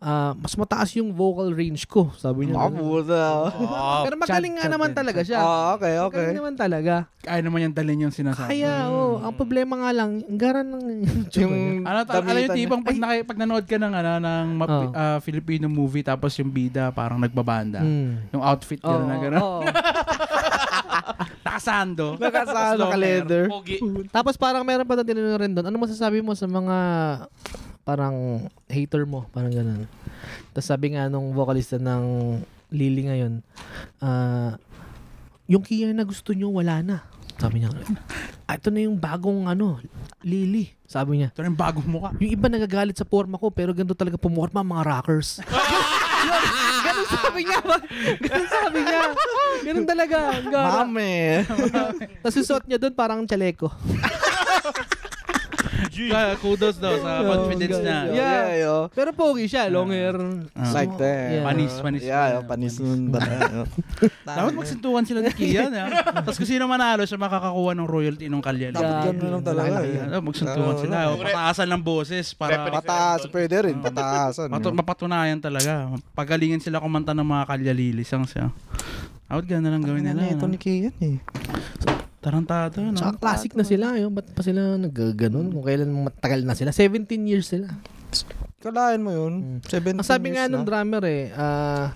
ah, mas mataas yung vocal range ko. Sabi niya. Ah, puta. Ah, Pero magaling nga naman talaga siya. Ah, okay, okay. Magaling naman talaga. Kaya naman yung dalin yung sinasabi. Kaya, oh, ang problema nga lang, ang gara ng Yung Ano ta- alam Hmm. yung damitan- tipong pag, naki- pag nanood ka ng, ano, ng map- Oo. ah, Filipino movie tapos yung bida parang nagbabanda. Mm. Yung outfit Oo, nila na gano'n. oo. Nakasando. ano, Nakasano ka leather. Pogi. Tapos parang meron pa na tinanong rin doon, ano masasabi mo sa mga parang hater mo? Parang ganun. Tapos sabi nga nung vocalista ng Lily ngayon, ah, yung Kia na gusto nyo, wala na. Sabi niya, "Ah, ito na yung bagong ano, Lily. Sabi niya, Ito na yung bagong mukha. yung iba nagagalit sa porma ko pero ganito talaga pumorma ang mga rockers. Yun, ganun sabi niya. Ganun sabi niya. Ganun talaga. Ang gara. Mami. Tapos yung suot niya doon parang chaleco. Kaya kudos daw sa confidence God. na. Yeah. Yeah, oh. yo. Pero pogi siya, long hair. Ah. Like that. Yeah. Panis, panis. Yeah, yo, panis nun. Dapat magsintukan sila ni Kian. ha? Tapos kung sino manalo siya makakakuha ng royalty ng kalyan. Dapat ganun lang talaga. eh. Ayan, oh, Magsuntukan sila. O, pataasan ng boses para Pataas, pwede rin. Ah. ano. Pataasan. matu- mapatunayan talaga. Pagalingin sila kumanta ng mga kalyalili songs. siya. Out gano'n lang gawin nila. Ito ano? ni Kian eh. Tarantado. no? Tsaka classic na sila. Yung, ba't pa sila nagaganon? Kung kailan matagal na sila. 17 years sila. Kalahin mo Hmm. yun. 17 Ang sabi nga years nung na. drummer eh, ah,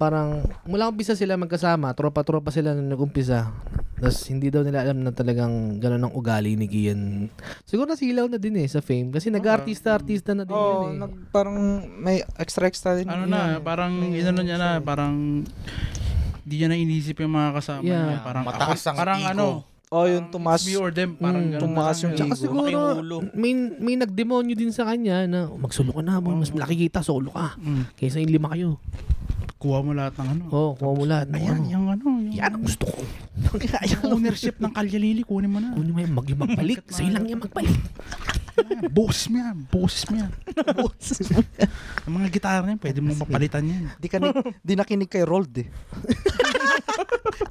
parang mula umpisa sila magkasama, tropa-tropa sila nung nag-umpisa. Tapos hindi daw nila alam na talagang ganun ang ugali ni Gian. Siguro nasilaw na din eh sa fame. Kasi nag-artista-artista na din yun Oo, eh. nag- parang may extra extra din. ano na, parang inano niya na, parang di niya na inisip yung mga kasama Yeah. niya. Parang, Mataas ang parang ego. ano, Oh, yung mas tumas. me or them, parang Mm, ganun. tumaas na lang yung eh. Tsaka Ego. siguro, Malaking ulo. may, may nagdemonyo din sa kanya na magsulo ka na, boy. mas malaki kita, solo ka. Mm, Kaysa yung lima kayo. kuha mo lahat ng ano. Oo, oh, kuha mo lahat. ng Ayan, ano. yung ano, yung Yan ang gusto ko. ownership ng Kalyalili, kunin mo na. Kunin mo yan, mag yung magbalik. Sa'yo lang yan magbalik. Ayan, Boses mo yan, boses mo yan. Ang mga gitara niya, pwede mo mapalitan yan. Di, ka ni- di nakinig kay Rold eh.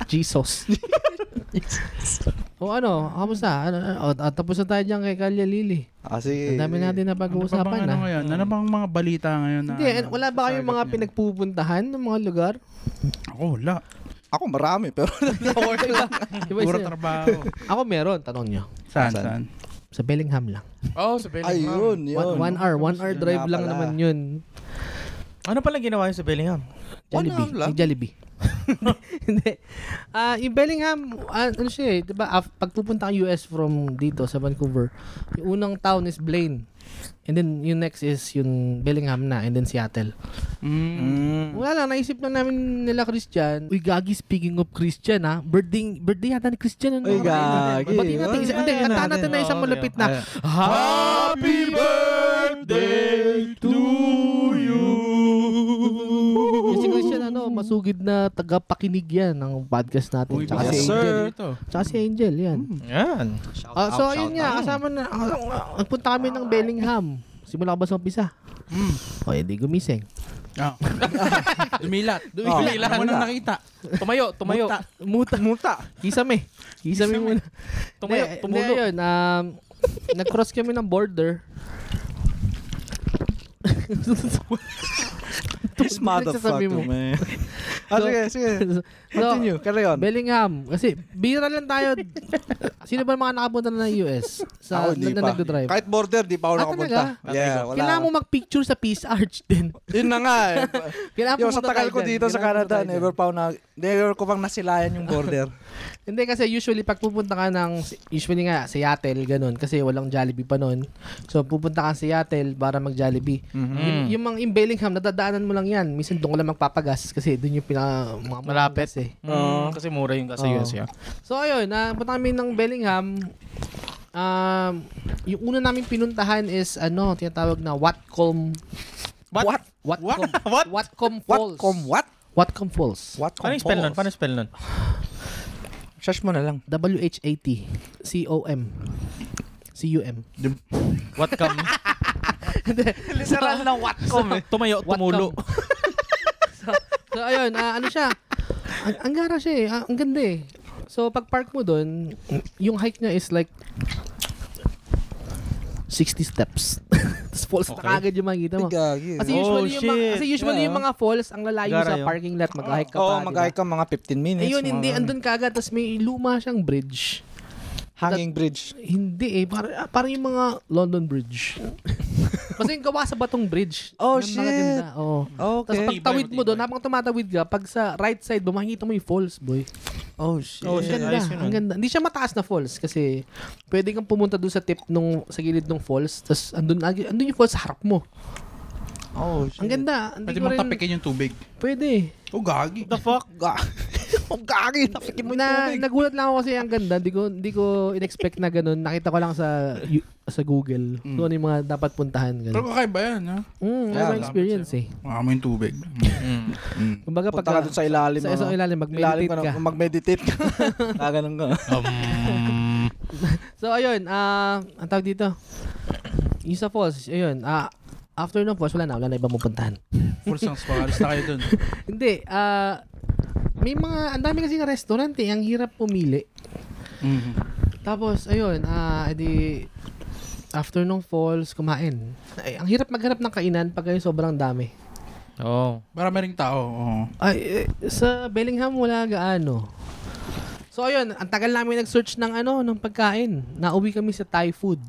Jesus. o ano, kamusta? Ano, ano, o, tapos na tayo dyan kay Kalya Lili. Ah, sige. Ang dami natin na Ano ba pag-uusapan bang na. ano ngayon? Ano bang mga balita ngayon na Hindi, eh, ano, wala ba kayong sasagap mga niya? pinagpupuntahan ng mga lugar? Ako, wala. Ako marami, pero Iba isa Puro yun. trabaho. Ako meron, tanong nyo. Saan, Saan? saan? Sa Bellingham lang. Oh, sa Bellingham. ayun, yun. One, one hour, one hour Yun drive nga lang pala. naman yun. Ano pala ginawa niya sa Bellingham? Jollibee. One hour lang? Yung Jollibee. Hindi. Ah, yung Bellingham, ah, ano siya eh, 'di ba? af- pag pupunta ang US from dito sa Vancouver, yung unang town is Blaine. And then yung next is yung Bellingham na and then Seattle. Mm. Hmm. Wala lang, naisip lang namin nila Christian. Uy, gagi, speaking of Christian ha, birthday, birthday yata ni Christian. Ano, Uy, gagi. Ba't natin isa? Hindi, kantaan natin na isang malapit na. Happy birthday to you. Yung si Christian, ano, masugid na tagapakinig yan ng podcast natin. Uy, Tsaka baka si yes, Angel. sir. Ito. Tsaka si Angel, yan. Hmm, Yan. Ah, so, ayun nga, kasama na, nagpunta kami ng Bellingham. Simula ka ba sa umpisa? O, edi gumising. Ah. Dumilat. Dumilat. Ano mo nang nakita? Tumayo, tumayo. Oh, Muta. Muta. Kisame. Kisame muna. Tumayo, Hindi, tumulo. Hindi, ayun. Um, nag-cross kami ng border. This Nagsasabi motherfucker, mo. man. Ah, sige, sige. Continue, carry on. Bellingham. Kasi, bira lang tayo. Sino ba mga nakapunta na ng US? Sa, Ako uh, hindi na, na pa. nagdodrive? Kahit border, di pa ako Ah, nakapunta. talaga? Yeah, wala. Kailangan mo mag-picture sa Peace Arch din. Yun na nga eh. Kailangan Yo, Ah, sa pumunta tagal tayo ko dyan. dito sa Kailangan pumunta Canada, tayo dyan. never pa ako na, never ko pang nasilayan yung border. Hindi kasi usually pag pupunta ka ng usually nga Seattle ganun kasi walang Jollibee pa noon. So pupunta ka sa Seattle para mag Jollibee. Yung, yung mga in Bellingham nadadaanan mo lang yan. Minsan doon ka lang magpapagas kasi doon yung pinaka mga Malapit. gas eh. Mm, kasi mura yung gas sa Oo. US yan. So ayun, napunta kami ng Bellingham. Um, yung una namin pinuntahan is ano, tinatawag na Whatcom What? What? Whatcom What? Whatcom Falls. What com what? Whatcom Falls. What com Paano yung spell nun? Paano yung spell nun? Search mo na lang. W H A T C O M C U M. What come? Literal na what com eh. Tumayo, What tumulo. come? so, so, ayun, ah, ano siya? Ang, ang gara siya eh. Ah, ang ganda eh. So, pag park mo doon, yung hike niya is like 60 steps. Tapos falls na Okay. kagad yung makikita mo. Gagi. Kasi Oh, usually, yung, mga, shit. kasi usually yung mga falls, ang lalayo Gara sa yun. parking lot, mag-hike ka Oo, pa. mag ka mga 15 minutes. Ayun, mga hindi, ganun. andun kagad, tapos may luma siyang bridge. Hanging bridge. Hindi eh, parang, ah, parang yung mga London Bridge. Kasi yung gawa sa batong bridge. Oh, Yun ang magaganda, Oo. Tapos Okay. pagtawid mo doon, habang tumatawid ka, pag sa right side mo, makikita mo yung falls, boy. Oh, shit. Oh, Ang shit. ganda, Ayos yun. ang nun. ganda. Hindi siya mataas na falls kasi pwede kang pumunta doon sa tip nung sa gilid ng falls, tapos andun, agi- andun yung falls sa harap mo. Oh, shit. Ang ganda. Hindi Pwede ko mong rin, tapikin yung tubig. pwede. Oh, gagi. The fuck? oh, Ang gagi. Tapikin mo yung Na, tubig. nagulat lang ako kasi ang ganda. Hindi ko, hindi ko in-expect na ganun. Nakita ko lang sa yu- sa Google. Mm. Doon yung mga dapat puntahan. Pero Ganun. kakaiba yan, ha? Mm, Yeah, yeah, experience eh. Makama yung tubig. Kumbaga Punta ka pag dun sa ilalim. sa isang ano. ilalim, mag-meditate Ilalim ka. ka. na- Mag-meditate ka. Gaganon ka. Um, So, ayun. ah ang tawag dito. Yung sa falls, ayun. ah after ng falls, wala na. Wala na ibang mapuntahan. Full songs pa. Alis na kayo dun. Hindi. ah may mga, ang dami kasi na restaurant eh. Ang hirap pumili. Mhm. Tapos, ayun. ah edi, after ng falls, kumain. Ay, ang hirap maghanap ng kainan pag kayo sobrang dami. oh. Marami ring tao. oo. Ay, eh, sa Bellingham, wala gaano. So, ayun. Ang tagal namin nag-search ng ano, ng pagkain. Nauwi kami sa Thai food.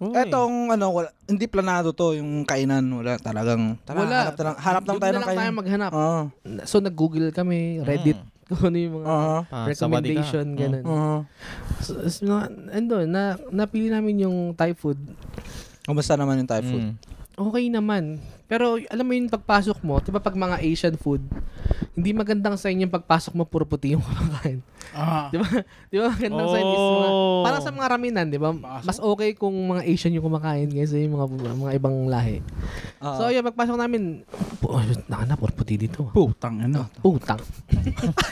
Etong ano, wala, hindi planado to yung kainan. Wala talagang. Tara, Wala. Hanap, na lang, hanap lang Doon na tayo ng lang tayo kainan. maghanap. Oo. So, nag-google kami, Reddit, kung ano yung mga Oo. Mm. Ah, sawadee ka. Mm. recommendation, ganun. Oo. So, so, na, ando, na, napili namin yung Thai food. Kumusta naman yung Thai food? Mm. Okay naman. Pero alam mo yung pagpasok mo, di ba pag mga Asian food, hindi magandang sign yung pagpasok mo, puro puti yung kumakain. Ah. Di ba? Di ba magandang sign is mga, Oh. parang sa mga raminan, di ba? Mas okay kung mga Asian yung kumakain kaysa yung mga, mga ibang lahi. Ah. Oo. So yun, pagpasok namin, pu- oh, nakana, puro puti dito. Oh, Putang, ano? Putang.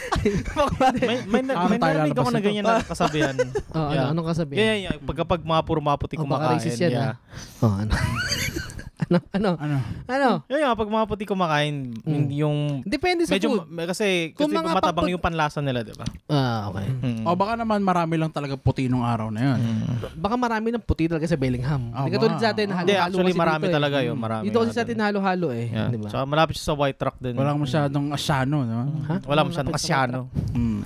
May, may, may, Saan may tayo narinig ako na lalabas ganyan na kasabihan. Oh, Yeah. ano, anong kasabihan? Yeah, yeah, yeah. Pagkapag mga puro maputi Oh, baka kumakain. racist yan, Yeah. Oh, ano? ano? Ano? Ano? Ano? Yeah, yeah, pag mga puti kumakain, Mm. yung Depende sa medyo food. ma- kasi Kung kasi mga matabang pamput- yung panlasa nila, 'di ba? Ah, okay. Mm. O baka naman marami lang talaga puti nung araw na yun. Mm-hmm. Baka marami ng puti talaga sa Bellingham. Ah, Hindi katulad ba? sa atin, Ah. Hindi, halo-halo actually kasi marami dito, talaga 'yun, Eh. marami. Dito kasi sa ano atin dun. halo-halo eh, Yeah. di ba? Tsaka malapit siya sa white rock din. Walang masyadong asyano, no? Ha? Wala masyadong Malapit sa white kasyano. rock. Mm.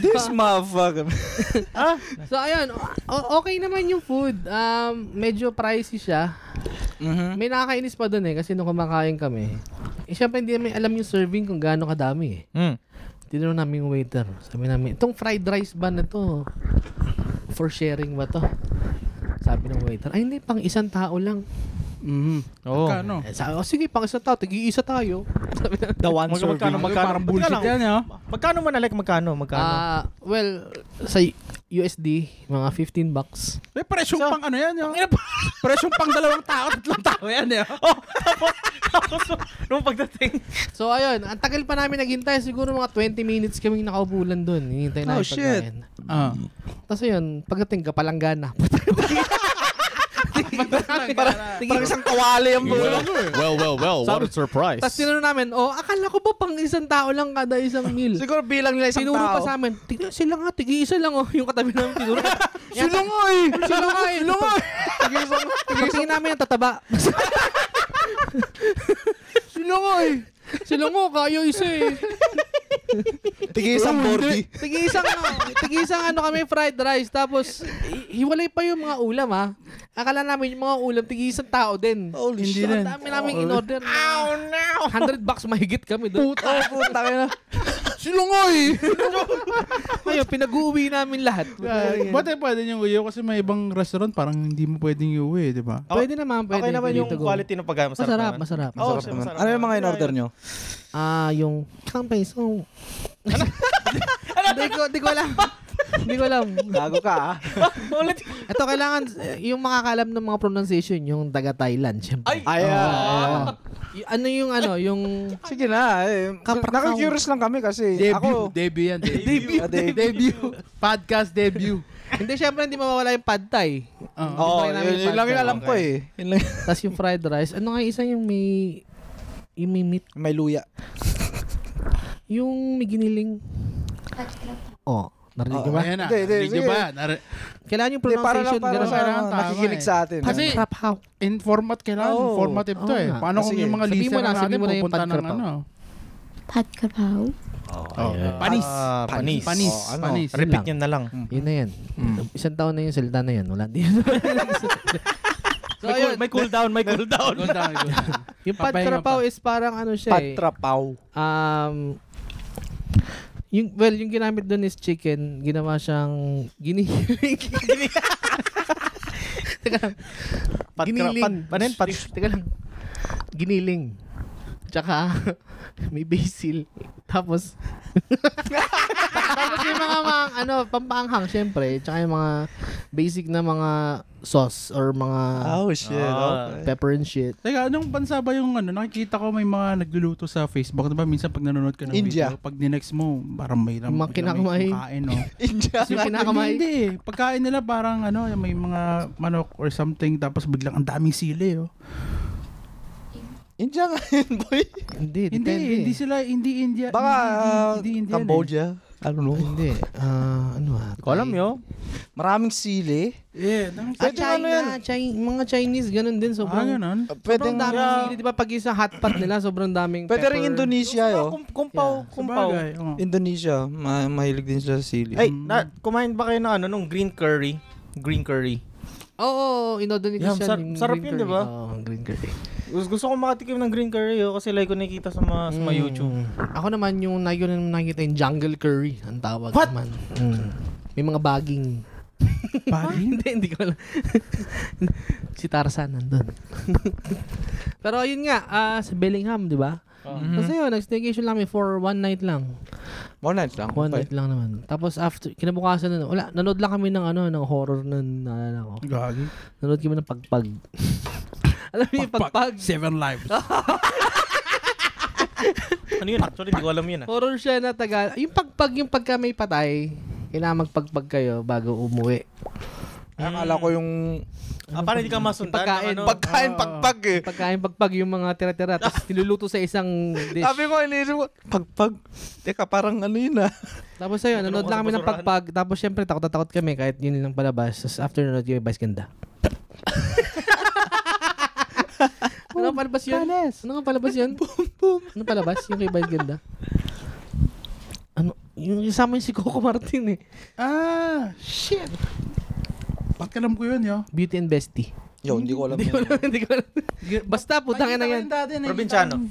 This motherfucker. So ayun, o- okay naman yung food. Um, medyo pricey siya. Mhm. May nakakainis pa doon eh kasi nung kumakain kami. Eh, syempre hindi namin alam yung serving kung gaano kadami eh. Mm. Tinanong namin yung waiter. Sabi namin, itong fried rice ba na to? For sharing ba to? Sabi ng waiter, ay hindi, pang isang tao lang. Mhm. Oo. Magkano? Eh, Sabi, oh, sige, pang isang tao, tig-iisa tayo. Sabi na, the one Magka- serving. magkano, magkano? Parang bullshit Teka lang. yan, ah. Magkano man, like, magkano? Magkano? Ah, well, sa USD, mga 15 bucks. Eh, presyong Isa. pang ano yan, yun. presyong pang dalawang tao, tatlong tao yan, yun. Tapos, nung pagdating, So, ayun, ang tagal pa namin naghintay. Siguro mga 20 minutes kaming nakaupulan doon. Hinihintay namin Oh, shit. pagkain. Ah. Tapos yun, pagdating ka, palanggana. Parang isang kawali ang bulo. Well, well, well, what a surprise. Tapos tinanong namin, oh, akala ko ba pang isang tao lang kada isang meal? Siguro bilang nila isang Tinuro tao. pa sa amin, tignan sila nga, tig-iisa lang oh, yung katabi namin tinuro. Sino nga eh? sila nga, sila nga. eh. Tingin namin ang tataba. sila nga eh. Sila nga, kayo isa eh. Tigil isang bordi. Tig-isang, tig-isang ano kami, fried rice. Tapos, hi- hiwalay pa yung mga ulam ha. Akala namin yung mga ulam, tig-isang tao din. Holy Hindi shit. rin. Ang dami namin in-order. Oh, no! 100 bucks mahigit kami doon. Puta, puta ka na. Silungoy! Ayun, pinag-uwi namin lahat. Buti pwede niyong uyo kasi may ibang restaurant parang hindi mo pwedeng iuwi, di ba? Oh, Pwede naman, pwede. okay naman pwede yung to go. quality ng pagkain. Masarap, Masarap, naman. masarap. Oo, Masarap siya, naman. masarap Ano yung mga naman. in-order nyo? Ah, yung kampay so... Ano? Hindi ko, di ko alam. Hindi ko alam. Gago ka ah. Ito kailangan, eh, yung makakalam ng mga pronunciation, yung taga Thailand, syempre. Ay! Ay, ah, Oo. Y- ano yung ano, yung... Sige na. Eh. Kaprakaw. Naka-curious lang kami kasi ako... debut yan. Debut. Debut. Podcast debut. hindi, syempre, hindi mawawala yung pad thai. Ah. Oo, Hindi pa rin namin oh, yun, yun lang yung pantay. alam ko eh. Yun lang yung- Tapos yung fried rice. Ano nga isa yung may... Yung may meat. May luya. Yung may giniling. Oh, narinig ko ba? Ayan na. Hindi, hindi, Hindi nyo sige. ba? Nare- Kailangan yung Hindi, para lang pronunciation. para ganun. sa Kailangan tama makikinig eh. sa atin. Kasi- Crap, how? Informat kailangan. Oo. Informative to Oo eh. nga. Paano kung Sige. yung mga Sabihin mo listener na, natin sabihin mo na yung pupunta ng pagkrapaw. ano? Pat Kapaw. Oh, Panis. Ah, panis. Panis. Oh, ano? Panis. Repeat Lang. yun na lang. Hmm. Yun na yan. Isang taon na yung salita na yan. Wala din. may, cool, so, ayun. may cool down, may cool down. Go down, go down. Yung Papahinga patrapaw pa. is parang ano siya eh. Patrapaw. Um, yung, well, yung ginamit doon is chicken. Ginawa siyang gini... Teka lang. Pat- giniling. pat- ano yun? Pat- Teka lang. Giniling. Tsaka may basil. Tapos... Tapos yung mga, mga ano, pampaanghang, syempre. Tsaka yung mga basic na mga sauce or mga Oh, shit. Ah. okay. pepper and shit. Teka, anong bansa ba yung ano? Nakikita ko may mga nagluluto sa Facebook. Di ba minsan pag nanonood ka ng India. video, pag ninext mo, parang may Yung mga kinakamay. Kain, no? India. Yung pinakamay. Hindi, eh. Pagkain nila parang ano, yung may mga manok or something tapos biglang ang daming sili, oh. India nga yun, boy. Hindi, eh. Hindi, depende. hindi sila, hindi India. Baka ah, uh, hindi, hindi, hindi Indian, eh. Cambodia. I don't know. Hindi. Ah, ano ah? Ko Oh. alam yun. Maraming sili. Yeah, nang Ah, Pwede China, ano yan. Chi- mga Chinese, ganun din. ah, Sobrang, ganun. sobrang Pwede daming sili. Di ba pag isa hot pot nila, sobrang daming ah, Pwede pepper. rin Indonesia, yo. Kum- Kumpaw, Yeah. kumpaw. Sabagay, oh. oo. Indonesia. Ma- mahilig din sila sa sili. Ay, na, kumain ba kayo ng ano, nung green curry? Green curry. Oo, oh, oh, inodon Yeah, sar- sarap yun, di ba? Oo, ang green curry. Gusto, gusto ko makatikim ng green curry yo, kasi like ko nakikita sa mga, sa mga YouTube. Mm. Ako naman yung na- yun ang nakita yung jungle curry. Ang tawag What? naman. Mm. May mga baging. Baging? hindi, hindi ko alam. si Tarzan nandun. Pero yun nga, ah, sa Bellingham, di ba? Oh. Mm-hmm. Kasi yun, nag-staycation lang kami for one night lang. One night lang. One night lang naman. Tapos after, kinabukasan na, wala, nanood lang kami ng ano, ng horror nun, naalala ko. Gagi. oh. Nanood kami ng pagpag. Alam niyo yung pagpag? Seven lives. Ano yun? Sorry, hindi ko alam yun ah. Horror siya na tagal. Yung pagpag, yung pagka may patay, kailangan magpagpag kayo bago umuwi. Akala ko yung Ah, para hindi ka masundan. ng Pagkain. Ano, pagkain Mm. pagpag eh. Pagkain pagpag yung mga tira-tira, tapos niluluto sa isang dish. Sabi ko, iniisip ko, pagpag. Teka, parang ano yun ah. Tapos ayun, nanood lang kami ng pagpag. Tapos syempre, takot na takot kami kahit yun lang palabas. Tapos after nanood kami, Vice Ganda. ano ang palabas yun? Ano nga palabas yun? boom, boom. Ano palabas? Yung kay Vice Ganda? Ano? Yung isama yung si Coco Martin eh. ah, shit. Ba't alam ko yun, yo? Beauty and Bestie. Yo, hindi ko alam Hindi ko yun. alam, hindi ko alam. Basta, putang ina yan. Probinsyano.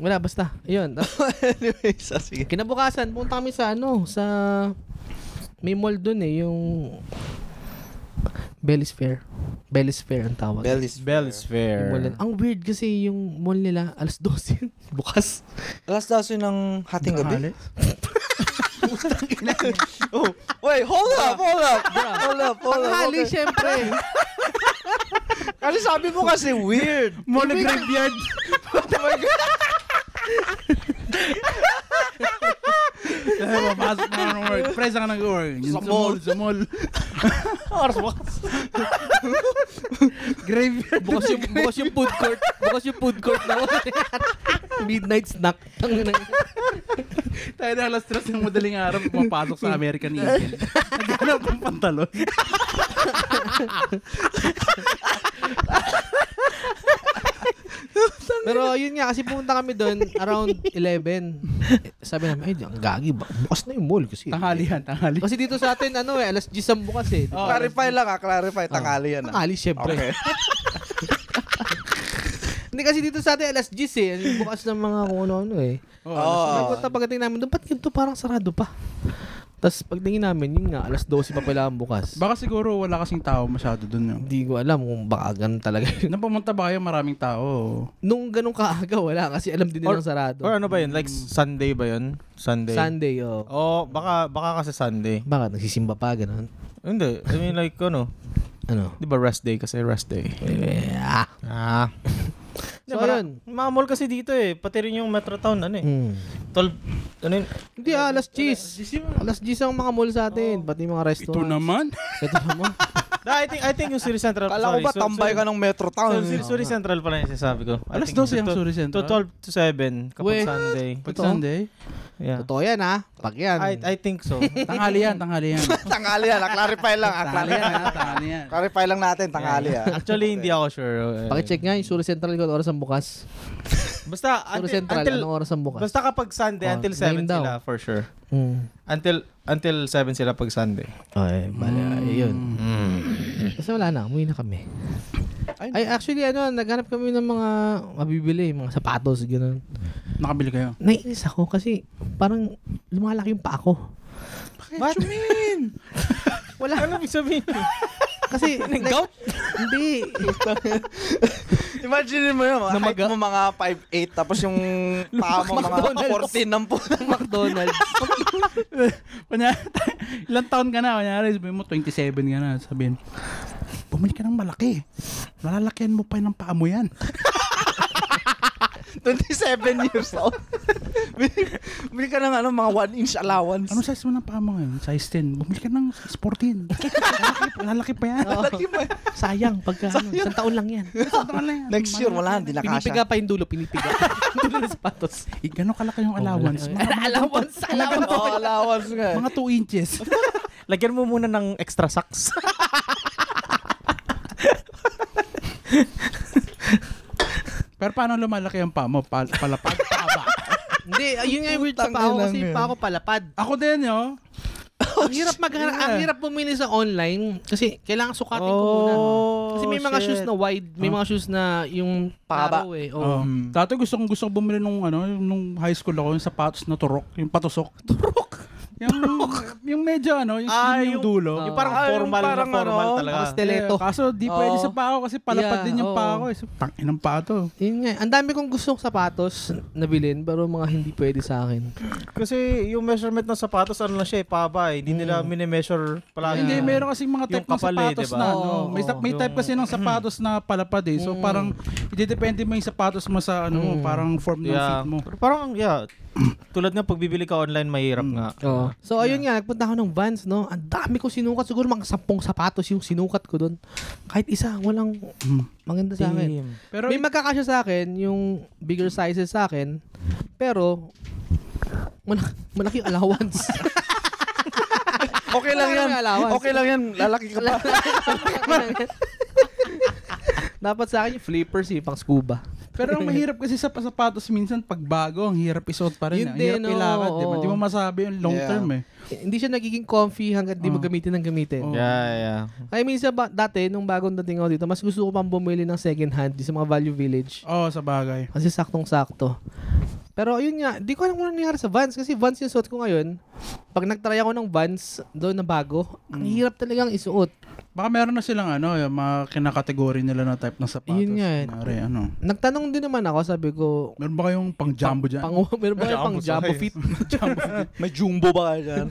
Wala, basta. Ayun. Tapos, Anyways, ah, sige. Kinabukasan, punta kami sa ano, sa... May mall dun eh, yung... Belly's Fair. Belly's Fair ang tawag. Bell is Bell is Yung fair. mall na- Ang weird kasi yung mall nila, alas 12 yun. bukas. Alas daso ng hating gabi. oh, wait, hold up, hold up. Hold up, hold up. Tanghali, okay. syempre. Kasi sabi mo kasi weird. Mall graveyard. Dahil mapasok na ako ng work. Pre, saan ka nag-work? Yun, Sa mall. Sa mall. Oras bukas. Graveyard. bukas yung, bukas yung food court. Bukas yung food court na wala. Midnight snack. Tangina. Tayo na alas 3 ng madaling araw pumapasok sa American Eagle. Naghanap ng pantalon. Pero yun nga, kasi pumunta kami doon around 11. Sabi namin, ay, ang gagi ba? Bukas na yung mall kasi. Tanghali yan, tanghali. Kasi dito sa atin, ano eh, alas 10 ang bukas eh. Oh, clarify lang ah, clarify. Tangali yan ah. Tanghali, syempre. Okay. Hindi kasi dito sa atin, alas 10 eh. Yung Bukas ng mga kung ano-ano eh. Oo. So, nagpunta pagdating namin doon, ba't ganito parang sarado pa? Tapos pagdating namin, yun nga, alas 12 pa pala ang bukas. Baka siguro wala kasing tao masyado dun. yun. Hindi ko alam kung baka ganun talaga yun. Nung pumunta ba kayo, maraming tao. Nung ganun kaaga, wala. Kasi alam din nilang sarado. Or ano ba yun? Like Sunday ba yun? Sunday. Sunday, oh. Oh, baka baka kasi Sunday. Bakit? Nagsisimba pa, ganun? Hindi. I mean like ano, Ano? 'di ba rest day kasi rest day. Yeah. Ah. Hindi, So, mara- ayun. Mga mall kasi dito eh. Pati rin yung Metro Town ano eh. Mm. 12 ano yun? Hindi, ah, alas 10. Alas 10 ang mga mall sa atin, pati yung mga restaurant. naman. Ito naman. Da, I think I think yung Siri Central. Kala ko sorry, ba so- tambay so- ka ng Metro So, Town? Siri, Siri Central pala yung sinasabi ko. I Alas think 12 ang to- Suri To Central. 12 to 7 kapag Wait. Sunday. Pag Totoo? Sunday. Yeah. Totoo yan, ha? Pag yan. I I think so. Tanghali yan, tanghali yan. tangali yan ah, clarify lang ah, tanghali clarify. yan, ha? tanghali yan. Clarify lang natin, tangali ah. Actually hindi ako sure. Eh, Pakicheck nga yung Suri Central ko oras ang bukas. Basta Suri until, Central, until anong oras ang bukas? basta kapag Sunday Oh, until nine 7 daw. sila for sure. Mm. Until until 7 sila pag Sunday. Ay, bale, ayun. Mm. Kasi wala na, umuwi na kami. Ay, Ay, actually, ano, naghanap kami ng mga mabibili, mga sapatos, gano'n. Nakabili kayo. Naiinis ako kasi parang lumalaki yung pa ako. What you mean? Wala. ano ibig sabihin? Kasi, gout? Hindi. Imagine mo yun, height mo mga 5'8 tapos yung paa mo mga 14 ng puta. McDonald's. Kunya, ilang taon ka na, kunyari, sabihin mo, 27 ka na, sabihin, bumili ka ng malaki. Malalakihan mo pa ng paa mo yan. 27 years old. Bili- Bili ka ng ano, mga 1 inch allowance. Ano size mo ng paa mo ngayon? Size 10. Bumili ka ng size 14. Lalaki, lalaki pa yan. Oo. Sayang, pagka, ano, isang taon lang yan. Next year, wala, hindi na Pinipiga kasha. pa yung dulo, pinipiga. dulo ng sapatos. Eh, Gano'n kalaki yung allowance? Oh, Mga, allowance, allowance. Oh, allowance nga. mga 2 inches. Lagyan mo muna ng extra socks. Pero paano lumalaki ang paa mo? Pa- palapag, paba. Hindi, ayun nga yung weird sa Putang pa ako ina kasi yan. pa ako palapad. Ako din, oh. yo. ang hirap maghanap, ang hirap bumili sa online kasi kailangan sukatin ko muna. Oh, Oh, Kasi may mga shoes na wide, may mga shoes na yung Pahaba. taro eh. Oh. Oh. Dati gusto kong gusto kong bumili nung ano, yung- nung high school ako, yung sapatos na turok, yung patusok. Turok. Yung yung medyo ano, yung, Ah, yung- yung, dulo. Yung parang parang formal na na formal formal talaga. Mga stiletto. Eh, kaso di pwede Oo. sa paa ko kasi palapad Yeah, din yung oo. paa ko. Eh. So, Tang inang paa to. Yun nga, ang dami kong gustong sapatos na bilhin pero mga hindi pwede sa akin. Kasi yung measurement ng sapatos, ano lang siya eh, paba eh. Hindi nila minimeasure Ah, palagi. Mm. Hindi, meron kasi mga Yung type ng kapal eh, sapatos diba? na ano. May, sa- may type kasi ng sapatos na palapad Mm. eh. So parang idedepende mo yung sapatos mo sa ano, mo, parang form ng Yeah. feet mo. Pero parang, yeah. Tulad nga pag bibili ka online, mahirap Mm. nga. Oh. Oo. So ayun nga, nagpunta ako ng Vans, no. Ang dami ko sinukat, siguro mga sampung sapatos yung sinukat ko doon. Kahit isa, walang Hmm. maganda sa akin. Pero may magkakasya sa akin yung bigger sizes sa akin, pero malaki, malaki yung allowance. Okay lang Wala yan. kang allowance. Okay lang yan. Lalaki ka pa. Dapat sa akin yung flippers eh, pang scuba. Pero ang mahirap kasi sa sapatos minsan pag bago, ang hirap isuot pa rin. eh. Yun Ang din, hirap oo, ilakad, di ba? oo. Di mo masabi yung long Yeah. term eh. Eh, Hindi siya nagiging comfy hanggat di mo gamitin ng gamitin. Oo. Yeah, yeah. Kaya minsan ba, dati, nung bagong dating ako dito, mas gusto ko pang bumili ng second hand di sa mga value village. Oo, sa bagay. Kasi saktong-sakto. Pero yun nga, di ko alam kung ano nangyari sa Vans kasi Vans yung suot ko ngayon. Pag nagtry ako ng Vans, doon na bago, ang hirap talagang isuot. Baka meron na silang ano, yung mga kinakategory nila na type ng sapatos. Yun nga eh. Kunwari, ano. Nagtanong din naman ako, sabi ko, Meron ba kayong pang jumbo dyan? pang, meron ba kayo pang jumbo fit? May jumbo ba kaya dyan?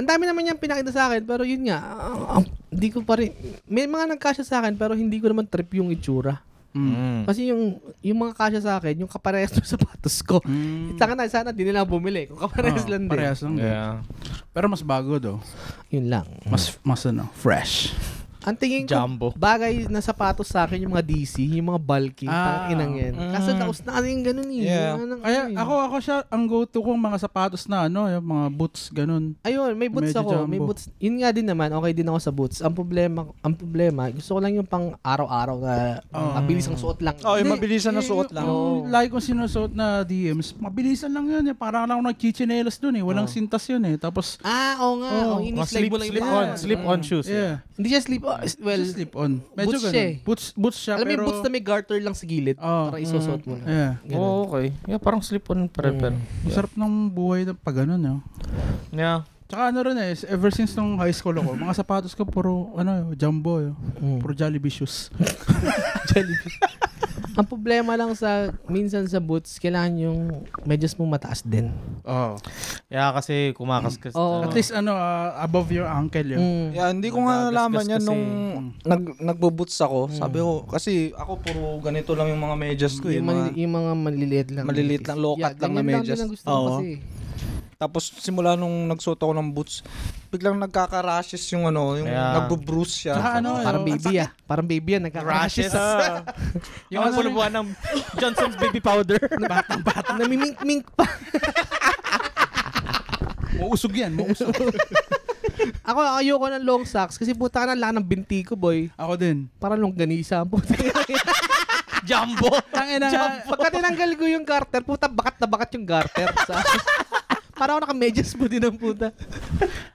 Ang dami naman niyang pinakita sa akin, pero yun nga, ah, ah, hindi ko pa rin, may mga nagkasya sa akin, pero hindi ko naman trip yung itsura. Mm. Kasi yung, yung mga kasya sa akin, yung kaparehas ng sapatos ko. Mm. Taka na, sana di nila bumili. Kung kaparehas Oo, lang din. Parehas lang. din. Yeah. Pero mas bago do. Yun lang. Mas, mas ano, fresh. Ang tingin ko, Jumbo. bagay na sapatos sa akin, yung mga DC, yung mga bulky, Ah. ah, inang yan. Kaso Mm. naus na kasi yung ganun eh. Yeah. Wala nang Kaya ano eh. ako, ako siya, ang go-to kong mga sapatos na ano, yung mga boots, ganun. Ayun, may boots Medyo ako. May jumbo. boots. Yun nga din naman, okay din ako sa boots. Ang problema, ang problema, gusto ko lang yung pang araw-araw na Oh. mabilis ang suot lang. Ah. Oh, yung Hindi, mabilisan na eh, suot lang. Oh. Yung, like kong sinusuot na DMs, mabilisan lang yun. Eh. Parang lang ako nagchichinelas dun eh. Walang sintas yun eh. Tapos, Ah, oo nga. Oh, Oh, Mga ini-slide slip, mo lang yung slip paa. on, slip on shoes. Mm. yeah. Hindi siya slip on. Well, Just slip on. Medyo boots ganun. siya eh. Boots, boots siya, alam mo pero... yung boots na may garter lang sa gilid Oh, Ah, para isusot mo mm. lang. yeah. Ganun. Oh. Oo, Oh, okay. Yeah, parang slip on pa rin. pero- Ang sarap ng buhay ng pag ganun, no? Mm. Yeah. Tsaka ano rin eh, ever since nung high school ako, mga sapatos ko puro, ano, jumbo, yun. Mm. puro Jollibee shoes. Ang problema lang sa, minsan sa boots, kailangan yung medyas mo mataas din. Oh. Yeah, kasi kumakaskas. Oo. At least, ano, ah, above your ankle, eh. yun. Mm. Yeah, hindi ko nga Nagagasgas nalaman yan kasi. nung nag, nagbo-boots ako. Sabi Hmm. ko, kasi ako puro ganito lang yung mga medyas ko. eh, Yung, mga- mali- yung mga maliliit lang. Maliliit lang, low-cut lang na ganyan medyas. din ang gusto ko Oo. kasi. Tapos simula nung nagsuot ako ng boots, biglang nagkaka-rashes yung ano, yung Yeah. nagbo-bruise siya. Tsaka ano, Parang yun, baby ah. Parang baby ah. Nagka-rashes. ah. yung Ang pulbuan ng Johnson's baby powder. Batang-bata. Namimink-mink pa. Mausog yan, mausog. Ako, ayoko ng long socks kasi puta ka na lang ng binti ko, boy. Ako din. Parang longganisa ang puta. Jumbo. Tangin na nga. Pagka tinanggal ko yung garter, puta, bakat na bakat yung garter. Sa... Parang ako naka-medyas mo din ang puta.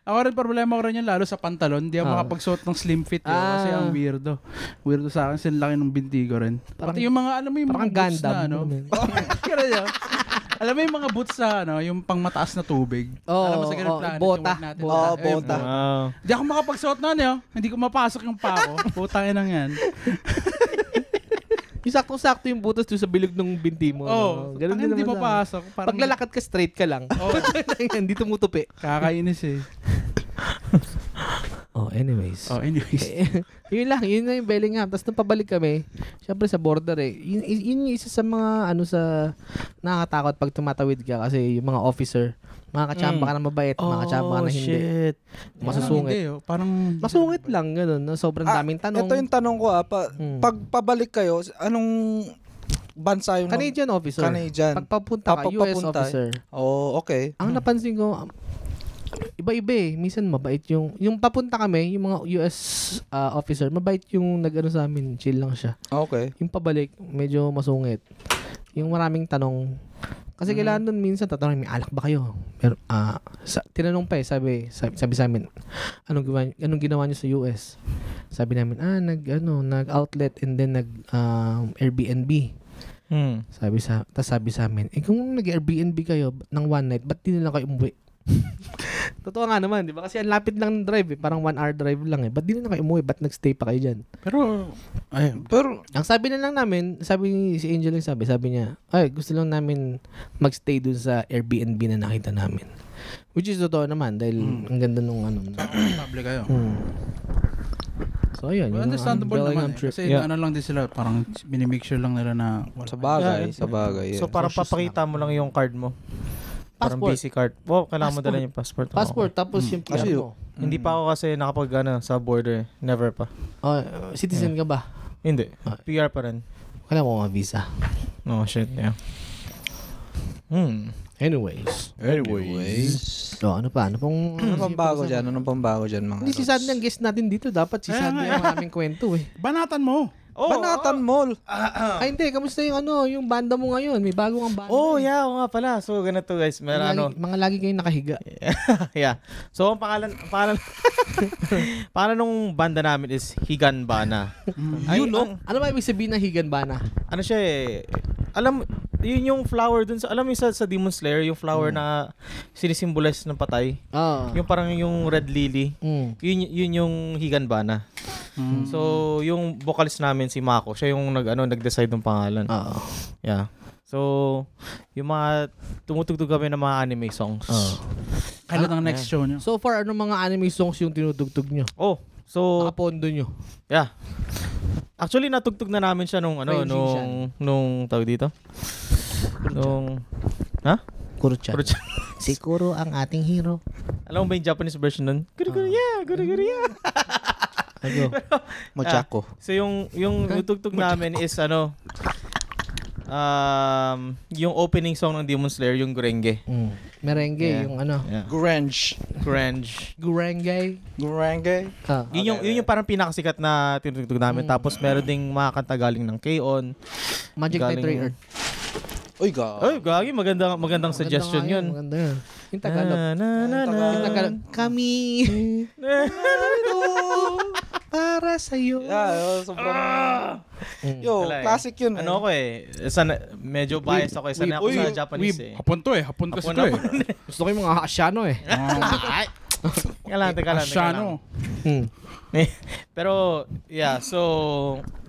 Ako rin problema ko rin yun, lalo sa pantalon. Hindi ako Ah. makapagsuot ng slim fit yun, Ah. kasi ang weirdo. Weirdo sa akin, sinlaki ng binti ko rin. Parang- Pati yung mga, alam mo yung parang mga boots Gundam, na ano. ano yun? Kaya yun. Alam mo yung mga boots na ano, yung pang mataas na tubig. Oo, alam mo sa ganun oo, planet, bota, yung word natin. bota. Oo, bota. Eh, Wow. Hindi ako makapagsuot na ano yun. Hindi ko mapasok yung pa ko. Putang ina yan. Yung saktong-sakto yung butas doon sa bilog ng binti mo. Oo. no? Ganun din naman sa hindi akin. mapasok. Parang Paglalakad ka, straight ka lang. Oo. Hindi tumutupi. Kakainis eh. Oh, anyways. Oh, anyways. Eh, yun lang, yun na yung Bellingham. Tapos nung pabalik kami, syempre sa border eh. Yun, yun yung isa sa mga ano sa nakakatakot pag tumatawid ka kasi yung mga officer, mga kachamba ka na mabait, mga kachamba ka na hindi. shit. Masusungit. Hindi, oh. Parang... Masungit lang, ganun. na Sobrang Ah, daming tanong. Ito yung tanong ko ah, pa, Hmm. pag pabalik kayo, anong bansa yung Canadian officer. Canadian. Pagpapunta ka, US Papapunta. officer. Oh, okay. Ang napansin ko, um, iba-iba eh. Minsan mabait yung... Yung papunta kami, yung mga US ah, officer, mabait yung nag-ano sa amin. Chill lang siya. Okay. Yung pabalik, medyo masungit. Yung maraming tanong. Kasi kailangan nun minsan tatanungin, may alak ba kayo? Pero, ah, sa, tinanong pa eh, sabi, sabi, sabi sa amin, anong ginawa, anong ginawa niyo sa US? Sabi namin, ah, nag, ano, nag-outlet and then nag um, Airbnb. Hmm. Sabi sa, tas sabi sa amin, eh kung nag-Airbnb kayo ng one night, ba't di nila kayo umuwi? Totoo nga naman, di ba? Kasi ang lapit lang ng drive eh. Parang one hour drive lang eh. Ba't di nila kayo umuwi? Ba't nag-stay pa kayo dyan? Pero... Ayun. Pero Ang sabi na lang namin, sabi ni si Angel yung sabi, sabi niya, ay, gusto lang namin magstay dun sa Airbnb na nakita namin. Which is totoo naman dahil ang ganda nung ano. Probably kayo. Hmm. So, ayun. Well, yung, understandable um, Bellingham naman eh. trip. Kasi Yeah. ano lang din sila, parang minimake sure lang nila na wala. sa bagay, Yeah, sa bagay. So parang Social papakita mo lang yung card mo. Parang Passport. busy card. Oh, kailangan mo dala yung passport. Oo, Passport, tapos yung PR Kasi- mo. okay. Hindi pa ako kasi nakapag ano, sa border. eh. Never pa. Oh, uh, citizen ka ba? Hindi. Ah. PR pa rin. Wala mo mga visa. Oh, shit. Yeah. Hmm. Anyways. Anyways. So, ano pa? Ano pong... Ano pang bago dyan? Anong pang bago dyan mga Hindi si lods? Sandy ang guest natin dito. Dapat si Kaya nga Sandy eh. ang aming kwento eh. Banatan mo! Banatan Mall. Ay, hindi. Kamusta yung ano, yung banda mo ngayon? May bago kang banda. Oh, yeah. Oo nga pala. So, ganito guys. Mga Meron lagi, ano. mga lagi kayong nakahiga. yeah. So, ang pangalan, ang pangalan, pangalan nung banda namin is Mm. Higanbana. Ay, ang- Ano ba ibig sabihin ng higan bana? ano siya eh, alam, yun yung flower dun sa, alam mo yung sa, sa Demon Slayer, yung flower na sinisimbolize ng patay. Oo. Yung parang yung red lily. Mm. Yun, yun yung Higanbana. So, yung vocalist namin, si Mako, siya yung nag, ano, nag-decide ng pangalan. Oo. Yeah. So, yung mga tumutugtog kami ng mga anime songs. Ah, Kailan ang next show nyo? So far, ano mga anime songs yung tinutugtog nyo? Oh, so, Kapondo nyo. yeah. Actually, natugtog na namin siya nung, ano, Ranging nung, siya. nung, tawag dito? Nung, Kuro-chan. Kuro-chan. si Kuro ang ating hero. alam mo ba yung Japanese version nun? Guri-guri, yeah, guri-guri, yeah. Ano? Mochako. So yung yung tutugtog namin is ano um yung opening song ng Demon Slayer yung Gurenge. Mm. Merengue, Yeah. yung ano. Yeah. Grunge. Grunge. Gurenge. Grunge. Ah. Yun yung yun yung parang pinakasikat na tinutugtog namin Mm. tapos meron ding mga kanta galing ng K-On. Magic E. Knight Galing- Ray Earth. Uy, ga. Ay, gagi magandang magandang suggestion Maganda nga yun. Ah. Maganda yun. Yung Tagalog. Na, na, na, na. Yung Tagalog. Kami. Ano? para sa'yo. Yeah, oh, sobrang... Mm. Yo, Wala eh. classic yun. Hmm. eh. Ano ko eh, sana, medyo biased ako eh, sana ako sa Japanese eh. hapon to eh. Hapon kasi Hapon, to eh. hapon. Gusto ko yung mga Asiano eh. Teka lang, teka lang, teka lang. Asyano. Mm. Pero, yeah, so,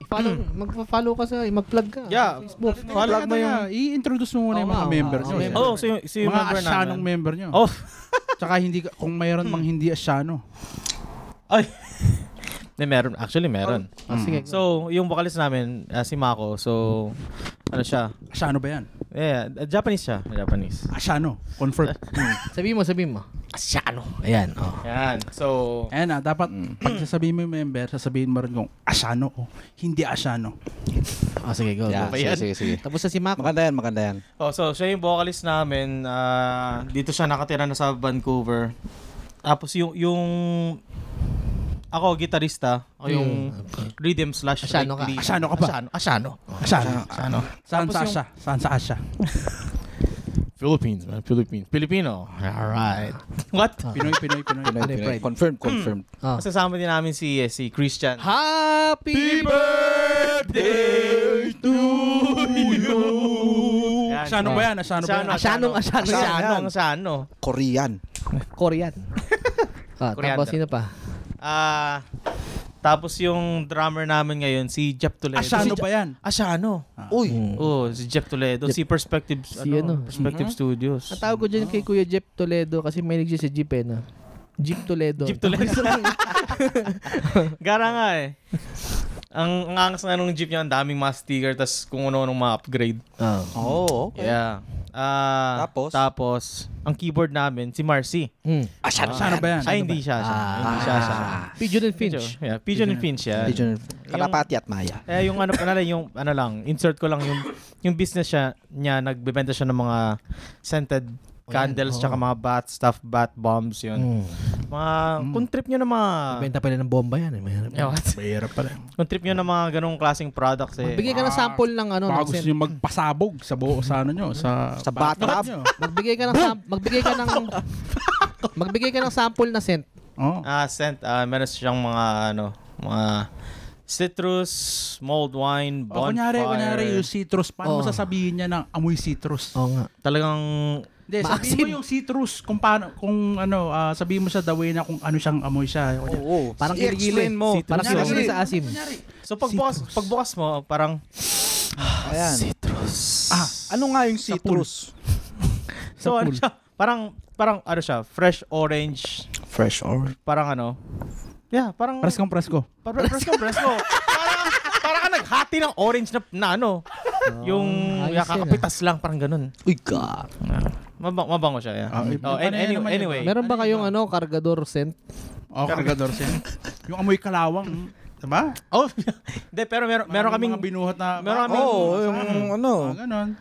Follow, magpa-follow ka sa, mag-plug ka. yeah, Plug follow mo yung... I-introduce mo Oo muna yung nga, oo mga member nga, oo, nyo. eh. member. Oh, so yung, so yung mga member namin. asyanong member Hmm. nyo. Oh, Tsaka hindi, ka- kung mayroon mang hindi asyano. may meron. Actually, meron. Ah, sige. So, yung vocalist namin, ah, si Mako, so, ano siya? Asyano ba yan? Yeah, ah, Japanese siya. Japanese. Asyano. Confirm. sabihin mo, sabihin mo. Asiano. Ayan, oh. Yan. So, Ayan na, dapat Hmm. pag sasabihin mo yung member, sasabihin mo rin kung asyano o hindi asyano. Ah, sige, go. Yeah, go. yan? sige, sige, sige. Tapos na si Mako. Ano Maganda yan, maganda yan. oh, so siya yung vocalist namin. ah, dito siya nakatira na sa Vancouver. Tapos yung, yung ako, gitarista. Ako Oh, yung Mm. rhythm slash Asyano Hmm. ka. lead. Asyano ka ba? Asyano. Asyano. Ah. Asyano. Asyano. Saan sa asya? Saan sa asya? Philippines, man. Philippines. Filipino. Alright. What? Pinoy, Pinoy, Pinoy. Ano Pinoy, yung Pinoy. pride? Confirmed, confirmed. Ah. Kasama din namin si, eh, si Christian. Happy birthday to you. Yan. ano? Asyano ano ba yan? Asyano ba yan? Asyanong, asyanong. Asyanong, asyanong. Korean. Korean. Ah, Korean. tapos sino pa? Ah, tapos yung drummer namin ngayon, si Jep Toledo. Asyano si Ah, ano ba yan? Asyano. Uy. Oh, si Jep Toledo, si Perspective, Si ano, ano? Perspective Studios. Ang tawag ko dyan kay Kuya Jeff Toledo kasi may siya si Jeep eh, no? Jeep Toledo. Jeep Toledo. Gara nga eh. Ang ang angas nga nung jeep niya, ang daming mga sticker, tas kung ano-anong mga upgrade. Ah. Oh, okay. Yeah. Ah, Tapos? Tapos, ang keyboard namin, si Marcy. Mm. Asyano Ah, ano ba yan? ano? Ay, hindi siya siya. hindi siya siya. Pigeon and Finch. Pigeon- Yeah, Pigeon and Finch, yeah. Pigeon. Kalapati at Maya. Eh yung ano pala yung ano lang, insert ko lang yung yung business siya niya nagbebenta siya ng mga scented candles tsaka mga bat stuff, bat bombs yun. Mm. Mga kung trip niyo na mga Benta pala ng bomba yan eh. Mahirap. Eh, what? Mahirap pala. Kung trip niyo na mga ganong klaseng products eh. Bigay ka ng sample ng ano. Baka ng gusto scent. nyo magpasabog sa buo, sa ano nyo, sa... Sa bathtub. nyo. Magbigay ka ng sam- magbigay ka ng magbigay ka ng sample na scent. Oo. Ah, scent. Ah, meron siyang mga ano, mga citrus, mulled wine, O bonfire. Oh, Oh. kunyari, kunyari yung citrus, paano mo Oo. sasabihin niya ng amoy citrus? Oo nga. Talagang Hindi, sabihin mo yung citrus kung paano, kung ano, ah, sabihin mo sa the way na kung ano siyang amoy siya. Oh. Kunyari, Oo. Parang I-explain kiligili. mo. Parang Citrus. sinasabay sa asim. So pagbukas, pagbukas mo, parang Ayan. Ah, Ano nga yung citrus? so ano siya, parang parang ano siya, fresh orange Fresh orange. parang ano, yeah, parang presko, presko. parang presko, presko. parang parang ka naghati ng orange na, na ano, Ah, yung ayos yeah, yun, kakapitas lang, parang ganun. Uy, God. Mabang, mabango siya, yeah. Ah, oh, eh, an- any- ano naman yun? anyway, Meron ba kayong ano, kargador scent? Oh, kargador siya. yung amoy kalawang. mm, Diba? oh, hindi, pero meron, meron kaming, mga binuhat na... meron kaming- Oo, yung Oh, ano. ganon.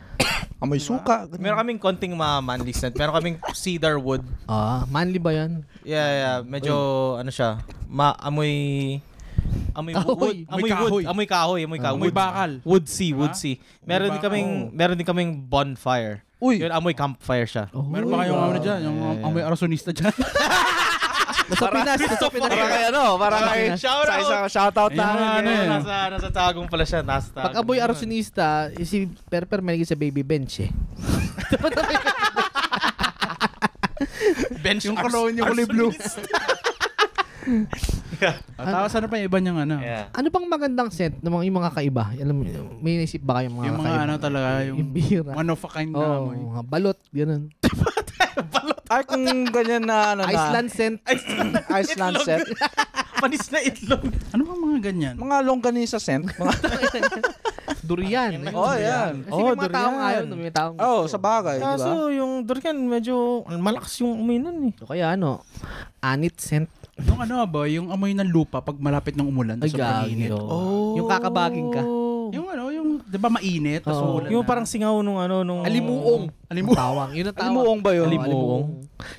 Amoy suka. ganun. meron kaming konting mga manly scent. Meron kaming cedar wood. Ah, manly ba yan? Yeah, yeah, medyo, ano siya, maamoy, amoy wood, amoy Ahoy. Amoy wood, kahoy. amoy kahoy, amoy kahoy. Amoy bakal. Woodsy, Diba? woodsy. Meron din Diba? kaming meron din kaming bonfire. Uy. Yun amoy campfire siya. Oh, ano Meron ba kayong ano dyan? Yung amoy arsonista dyan? Nasa Pinas, nasa Pinas. Para kay ano, para kay Shout sa out! isang shoutout Ayun na. nga, ano eh. Nasa, nasa tagong pala siya. Nasa tagong. Pag amoy arsinista, si Perper may sa baby bench eh. Bench Yung ars- cologne yung kulay blue. arsonist. At tapos ano pa yung iba niyang ano? yeah. Ano bang magandang scent ng mga, yung mga kaiba? Alam mo, may naisip ba kayong mga Yung mga kaiba? ano talaga, yung Yung bira. one of a kind na Oo, amoy. mga balot, ganun. Ay, kung ganyan na ano na. Iceland scent. Iceland Itlog. scent. Panis na itlog. Ano ba mga ganyan? Mga longganisa scent. Mga, durian. oh, yan. Kasi Oh, may mga taong ayaw, durian. nun, may taong Oh, sa bagay, di ba? Kaso yung Dorian medyo malakas yung umay nun eh. O kaya ano, anit scent. Yung ano ba, yung amoy ng lupa pag malapit ng umulan, Ay, tapos sobrang init. gagi. Oh. Yung kakabaging ka. Yung ano, yung, di ba mainit, tapos Oo. uulan Yung na. parang singaw nung ano nung Alimuong. Alimuong. Tawang. Yun Oh. ang tawag. Alimuong ba yun? Oo, alimuong.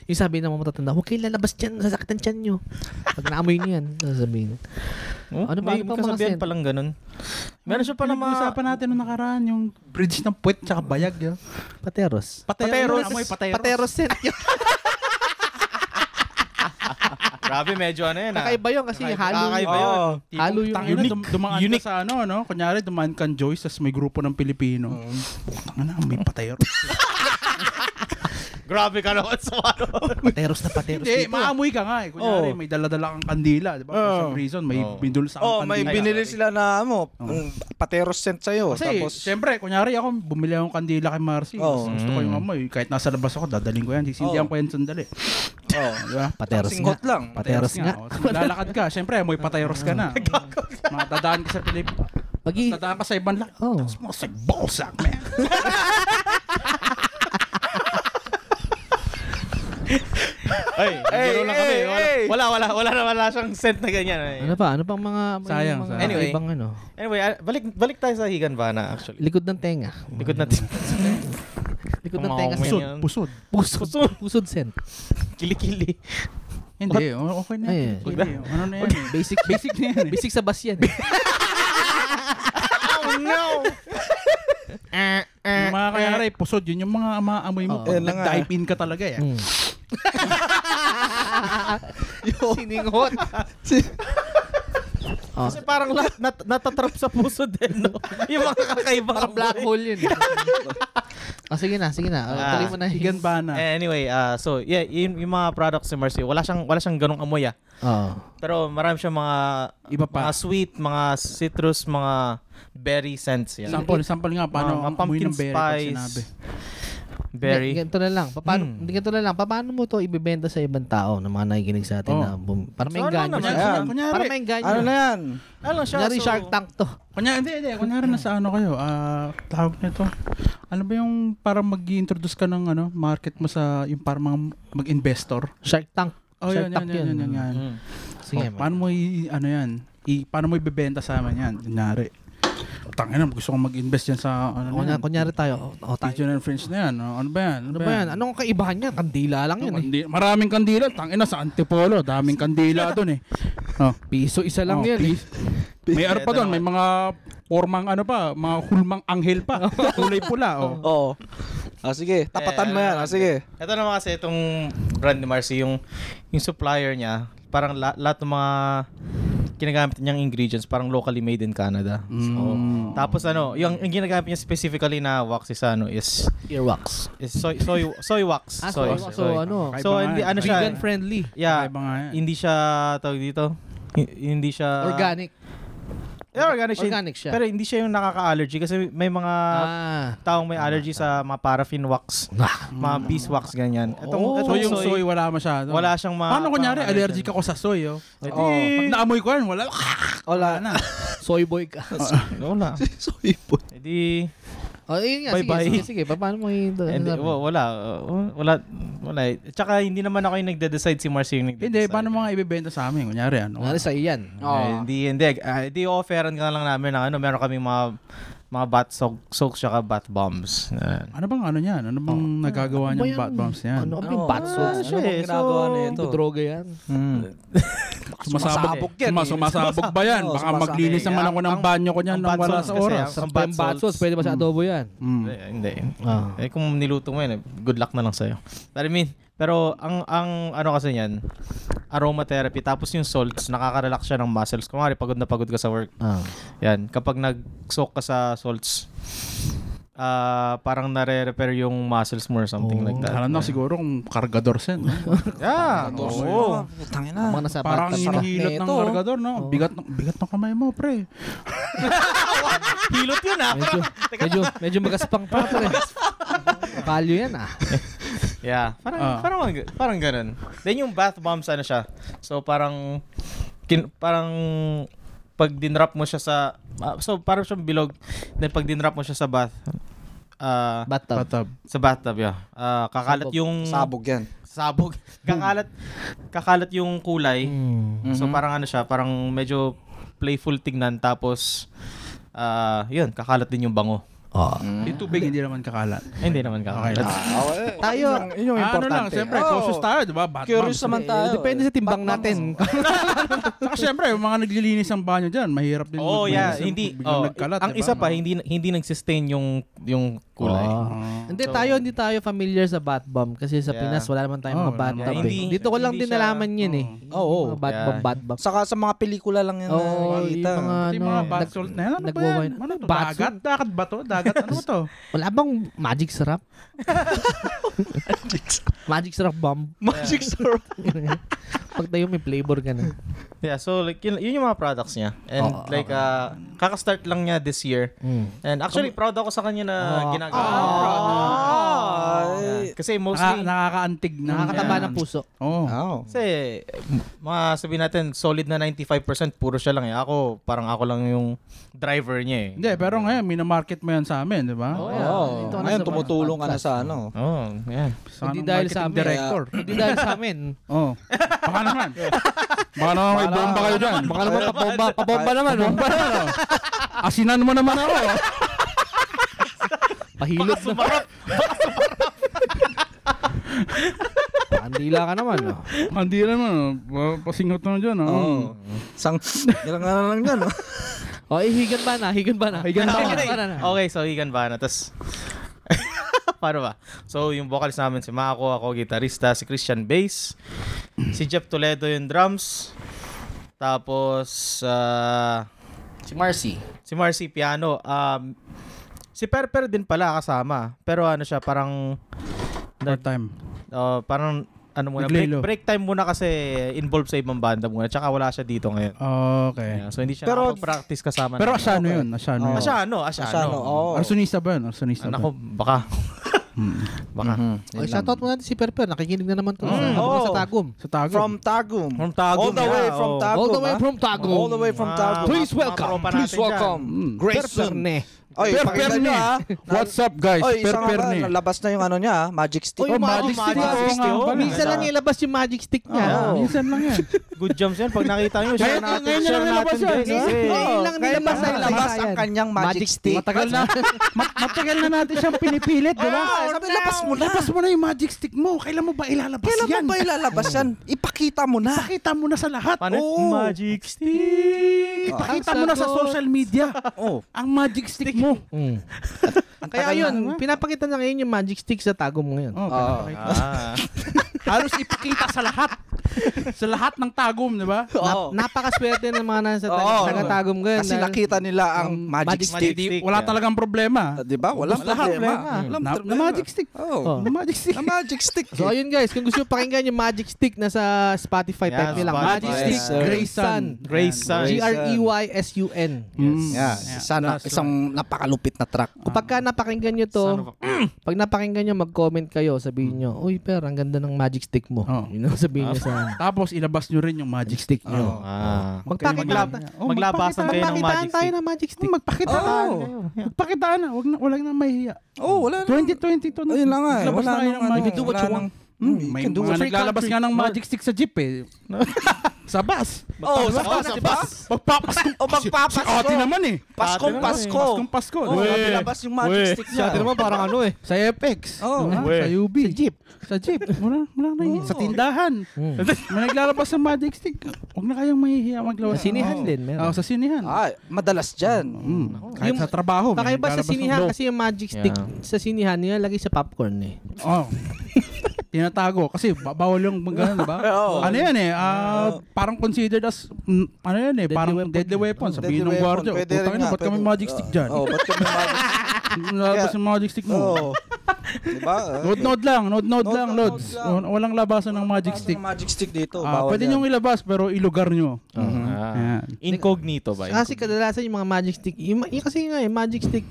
Yung sabi ng mga matatanda, huwag kayo lalabas dyan, sasakitan dyan nyo. Pag naamoy niyo yan, sasabihin. Oh, Ano ba- may ano pa mga kasabihan scent? pa lang ganun. Meron siya pa na mga Pinag-uusapan natin nung nakaraan, yung bridge ng puwet tsaka bayag. Yun. Pateros. Pateros. Amoy pateros. Pateros scent yun. Grabe medyo ano yan ah. Kakaiba yun kasi Kakaiba- halo. kakaiba yun. Oo. Halo yung Tangin na, unique. dum- dumaan Unique. ka sa ano, no? Kunyari, dumaan kang Joyce, tapos may grupo ng Pilipino. Tangin na, may pateros. Grabe ka naman sa ano. Pateros na pateros Hindi, dito. maamoy ka nga eh. Kunyari, may daladala kang kandila, di ba? For some reason, may Oo. bindul sa Oh, kang may kandila. binili sila na ano, pateros scent sa'yo. Kasi, Tapos, Oh. siyempre, kunyari ako, bumili akong kandila kay Marcy. Oo. Gusto ko yung amoy. Kahit nasa labas ako, dadaling ko yan. Sisindihan Oo. ko yan sandali. oh, Di ba? Pateros nga. singgot lang. Pateros nga. O, tapos Lalakad ka. Siyempre, amoy pateros ka na. Matadaan ka sa Pilip. Pag i- Matadaan ka sa ibang lahat. Oh. That smells like balsac, man. Ay, hey, lang kami. hey, Wala, hey. wala, wala, wala, na- wala siyang scent na ganyan. Ay. Ano pa? Ano pang mga... may Sayang, mga sayang. Anyway. Ibang ano. Anyway, ah, balik balik tayo sa Higanbana actually. Likod ng tenga. Likod natin. Likod ng Mga tenga. homing. Pusod, scent. Yan. pusod. Pusod. Pusod scent. Kilikili. Hindi, o- okay na. Ay, eh. yan. Hindi, ano na yan eh. Basic. Basic na yan eh. Basic sa bas yan. Oh no. Yung mga kayari, pusod, yun yung mga maamoy Oo. mo. Pag Yan Eh, na nga. nag-dive in ka talaga eh. Mm. Sininghot. Oh, Kasi parang lahat nat- natatrap sa puso din, no? Yung mga kakaiba. parang black hole yun. oh, sige na, sige na. Oh, Ah. tuloy mo na. Higan ba na? Eh, Anyway, ah, so yeah, yung, yung mga products ni Marcy, wala siyang wala siyang ganung amoy ah. Oo. Pero marami siyang mga Iba pa. mga sweet, mga citrus, mga berry scents yan. Sample, sample nga. Mga- Paano ang mga Ah, amoy pumpkin ng berry pag spice. sinabi? Berry. Hindi, ganito na lang. Paano, Mm. hindi ganito na lang. Paano mo to ibebenta sa ibang tao na mga nakikinig sa atin Oh. na bum- para may So, ano ganyo naman? siya. Kunyari, Para kunyari, may ganyo. Ano na yan? Ano siya? Kunyari Shark Tank to. Kunya, hindi, hindi. Kunyari nasa ano kayo, ah, tawag nito. Ano ba yung parang mag introduce ka ng ano, market mo sa, yung parang mga mag-investor? Shark Tank. Oh, Shark yun, Tank yun, yun, yun, yun, yan. Mm. Sige. Oh, man. paano mo i, ano yan, i, paano mo ibebenta sa amin yan? Kunyari, oh, tangin na, gusto kong mag-invest yan sa, ano Kunya- na yan. kunyari tayo. Oh, oh, tayo. Regional French na yan. Oh, ano ba yan? Ano ba yan? Anong kaibahan niya? Kandila lang yun eh. Kandi- maraming kandila. Tangin na, sa Antipolo. Daming kandila doon eh. Oh. Piso isa lang Oh, yan eh. May ano pa doon, may mga formang ano pa, mga hulmang anghel pa. Kulay pula. Oh. Oo. Ah, sige, tapatan mo yan. Ah, sige. Ito naman kasi itong brand ni Marcy, yung, yung supplier niya, parang la- lahat ng mga ginagamit niyang ingredients parang locally made in Canada. So, tapos ano, yung, yung ginagamit niya specifically na wax is ano is Earwax. is soy soy soy wax. Ah, so, so, ano? So, hindi, ano siya? Vegan friendly. Yeah. Iba nga yan. Hindi siya tawag dito. hi- Hindi siya Organic. Yeah, organic, siya. Organic Uh, siya. Pero hindi siya yung nakaka-allergy kasi may mga Ah. taong may allergy sa mga paraffin wax, mga beeswax ganyan. Etong, Oh. etong So yung soy wala masyado. wala siyang mga Paano kunyari mga- allergic ako sa soy, oh? Eh, Oo. Pag naamoy ko yan, wala. Wala. na. Soy boy ka. Wala. Sorry po. Eh di, Oh, yun nga. Bye-bye. Sige, sige, sige. Pa- Paano mo ano? yun? eh di- wa- wala. uh, Wala. Wala. eh. Tsaka hindi naman ako yung nagde-decide si Marcy yung nagde-decide. Hindi, paano mga ibebenta sa amin? Kunyari, ano? Nari sa iyan. Eh, Hindi, hindi. Ah, Hindi, offeran ka lang namin ng ano, meron kami mga mga bath soak- soaks tsaka bath bombs. Ayan. Ano bang ano yan? Ano bang Oh. nagagawa Ano ba niyang yan? bat bombs yan? Ano Ano ang yung bat ah, sauce? Ano bang eh, ginagawa so, nito? Droga yan. Sumasabog yan. Suma- eh. sumasabog ba yan? Oo, Baka sumasabog. maglinis naman ako ng Ang- banyo ko niyan ang nang bad wala sauce sa kasi, ah. oras. ang Pwede bad ba sauce. pwede ba sa adobo yan? Mm. Eh, hindi. Ah. Eh kung niluto mo yan, eh, good luck na lang sa'yo. But I mean, pero ang ang ano kasi niyan, aromatherapy tapos yung salts nakaka-relax siya ng muscles. Kung pagod na pagod ka sa work. Yan, kapag nag-soak ka sa salts, ah parang nare-repair yung muscles mo or something like that. Alam na siguro kung kargador sen. no? Yeah. Dorso. Oo. Oh, putang ina. Mga nasa Parang bathtub. hinihilot ng Neto. kargador, no? Bigat ng bigat ng kamay mo, pre. Hilot yun ah. Medyo, medyo, medyo magaspang pa pre. Value yan ah. Yeah, parang Ah. parang parang ganun. Then yung bath bombs ano siya. So parang kin, parang pag dinrap mo siya sa ah, so parang siyang bilog then pag dinrap mo siya sa bath ah, Bathtub. Patab. sa bathtub yeah. Ah, kakalat Sabog. yung Sabog yan. sabog. kakalat kakalat yung kulay. So Mhm. parang ano siya, parang medyo playful tingnan tapos ah, yun, kakalat din yung bango. Oh. Yung tubig hindi naman kakalat. Eh, hindi naman kakalat. Ah, okay. Tayo. Yun yung- Yun yung Ah, ano importante. lang, siyempre, Oo. cautious tayo, di ba? Bat- Curious ma'am. naman tayo. Depende sa timbang natin. Saka siyempre, yung mga naglilinis ng banyo dyan, mahirap din. Oh, yeah, maglinis. hindi Biglang oh, nagkalat, ang di ba? isa pa hindi hindi nag-sustain yung yung kulay. Ah. hindi tayo hindi tayo familiar sa bath bomb kasi sa Yeah. Pinas wala naman tayong Oh, mga wala naman. bathtub. Yeah, hindi- eh. Dito ko lang hindi din siya- nalaman yun eh. Oo. Mga bath Yeah. bomb, bath bomb. Saka sa mga pelikula lang yan Oo, na Oh, yung nakikita. mga Pati ano, mga bath nag- salt na yan. Ano ba yan? nagwawa- Ano to? Bath Dagat? Dagat ba to? Dagat? Ano to? Wala bang magic syrup? magic syrup bomb. Magic syrup. Pag tayo may flavor ka na. Yeah, so like yun, yun yung mga products niya. And Oo. like uh, kaka-start lang niya this year. And actually proud ako sa kanya na Oo. ginagawa. Oo. Proud na. Ah. Ay. Yeah. Kasi Naka, mostly nakakaantig na. Nakakataba Yan. ng puso. Ah. Oo. Oh, Wow. kasi mga sabihin natin solid na 95% puro siya lang eh. Ako parang ako lang yung driver niya eh. Hindi, pero ngayon, minamarket mo yan sa amin, di ba? Oo. Oh, Dito ka na ngayon sa tumutulong ka na podcast. sa ano. Oh, yeah. Sa Hindi anong dahil sa marketing amin. director. Hindi dahil sa amin. Oo. Oh. Baka naman. Baka naman may bomba kayo dyan. Baka naman pabomba, pabomba naman. oh. Bomba na, no? oh. Asinan mo naman ako. oh. Pahilot na. Pandila ka naman. Oh. Hindi naman. oh. Pasingot na dyan. Oo. Oo. Sang ilang ano lang yan. Oh, eh, higan ba na? Higan ba na? Higan ba na? Oh. Okay, so Igan Bana. Tapos, paano ba? So, yung vocalist namin si Mako, ako gitarista, si Christian Bass, si Jeff Toledo yung drums, tapos, ah, Si Marcy. si Marcy Piano. Um, si Perper din pala kasama. Pero ano siya, parang, Part time. oh, parang, ano muna, break, Naglelo. break time muna kasi involved sa ibang banda muna. Tsaka wala siya dito ngayon. Ah, Okay. Yeah, so, hindi siya Pero- nakapag-practice kasama. Pero namin. asyano yun? Asyano Oo. yun? Asyano, asyano. Asyano. Oo. Arsonista ba yun? Arsonista ba? Anak ko, Ah, baka. baka. Mm-hmm. Hmm, Oh, shoutout mo natin si Perper. Nakikinig na naman to. Mm. Abang Oh. sa Tagum. Sa Tago. From Tagum. From Tagum, All the way yeah, from oh. Tagum. All the way ah. from Tagum. All the way from Ah, Tagum. Please mga welcome. tropa Please natin dyan. welcome. Mm. Grayson. Perperne. Oy, Per pakinggan nyo ah. What's up guys? Oy, isang Perper nga, ni. nalabas na yung ano niya ah, Magic Stick. Oy, Oh, ma- magic Oh, stick. magic Oo stick nga yun. pala. Minsan lang ilabas yung magic stick niya. Oo. Minsan lang yan. Good jumps yan. Pag nakita nyo, share Ngayon- natin. ngayon share lang nilabas natin, yan, guys. eh. Kasi, Ngayon lang nilabas na nilabas ilabas ang kanyang magic stick. Matagal na. Oh, Mat- matagal na natin siyang pinipilit, di ba? Ah, sabi, labas mo na. Labas mo na yung magic stick mo. Kailan mo ba ilalabas Kailan mo yan? ba ilalabas yan? Ipakita mo na. Pakita mo na sa lahat. Paano? Oo. Magic stick. Ipakita Ang mo na sa sagot. social media. Oh. Ang magic stick mo. Mm. Kaya yun, pinapakita na ngayon yung magic stick sa Tagum ngayon. Oh, Ah. Halos ipakita sa lahat. sa lahat ng tagom, di ba? Oo. Nap- napakaswerte ng mga nasa Oo. taga Tagum ngayon. ah. Kasi dahil- nakita nila ang magic stick. stick. Wala talagang problema. Ah, Di ba? Walang Walang problema. problema. Walang Na- problema. na magic stick. Oh. Oh. Ang magic stick. Na magic stick. So eh. ayun guys, kung gusto nyo pakinggan yung Magic Stick nasa Spotify Yeah, type nyo lang. Spotify. Magic Stick Yes, sir. Grayson. E Grace Grayson. Sun. Grayson. G-R-E-Y-S-U-N. Mm. Yeah, sana isang napakalupit na track. Kapag ka napakinggan nyo to, pag napakinggan nyo, mag-comment kayo. Sabihin nyo, Uy, per, ang ganda ng magic stick mo. Oh. Yun ang sabihin nyo sa amin. uh, Tapos ilabas nyo rin yung magic stick nyo. Ah. Magpakitaan Oh, Maglabasan kayo ng magpakitaan magic tayo stick. ng magic Oh, stick. magpakitaan. Magpakitaan na. Wag na, wala na mahihiya. Oh, wala 2022 na. Ayun lang nga eh. Maglabas Wala na kayo ng nang ano, magic. Hmm, wala nang- Mm, you May can do mga it. naglalabas nga ng magic stick sa jeep eh. sa bus. Oh, sa Pasko, di ba? Oh, Magpapasko. O oh, magpapasko. Si ate naman eh. Paskong Ate naman eh. Pasko. Paskong Pasko. Oh, Weh. nilabas yung magic Weh. stick niya. parang ano eh. Sa FX. Oh. Diba? Weh. Sa UB. Sa jeep. Sa jeep. Oh. Hmm. Wala, wala na yun. Sa tindahan. May naglalabas ng magic stick. Huwag na kayong mahihiya maglabas. Sa sinihan Oo. din, meron. Oo, sa sinihan. Ah, Oh. madalas dyan. Mm. Kahit Yung- sa trabaho. may Kakaiba sa naglalabas ng- sinihan kasi yung magic stick sa sinihan nilalagay sa popcorn eh. Oo. Oh. Tinatago kasi ba- bawal yung mga ganun, di ba? Oo. Ano yan eh, ah, parang considered as, mm, ano yan eh, Deadly parang weapon. deadly weapon. Sabihin Deadly ng weapon, gwardiyo, pwede putang rin ina, nga, ba't kami pwede. magic stick dyan? Oh, ba't kami magic stick? Lalabas yung magic stick mo. Oh. Di ba? Nod-nod lang, nod-nod Nod- lang, nod- Lods. nod lang. O- Walang labasan ng magic Basta stick. ng magic stick dito. Ah, bawal pwede yan. nyo ilabas pero ilugar nyo. Mm-hmm. Ayan. Ah. Ah, Incognito ba? Kasi kadalasan yung mga magic stick, yung, yung kasi nga eh, magic stick,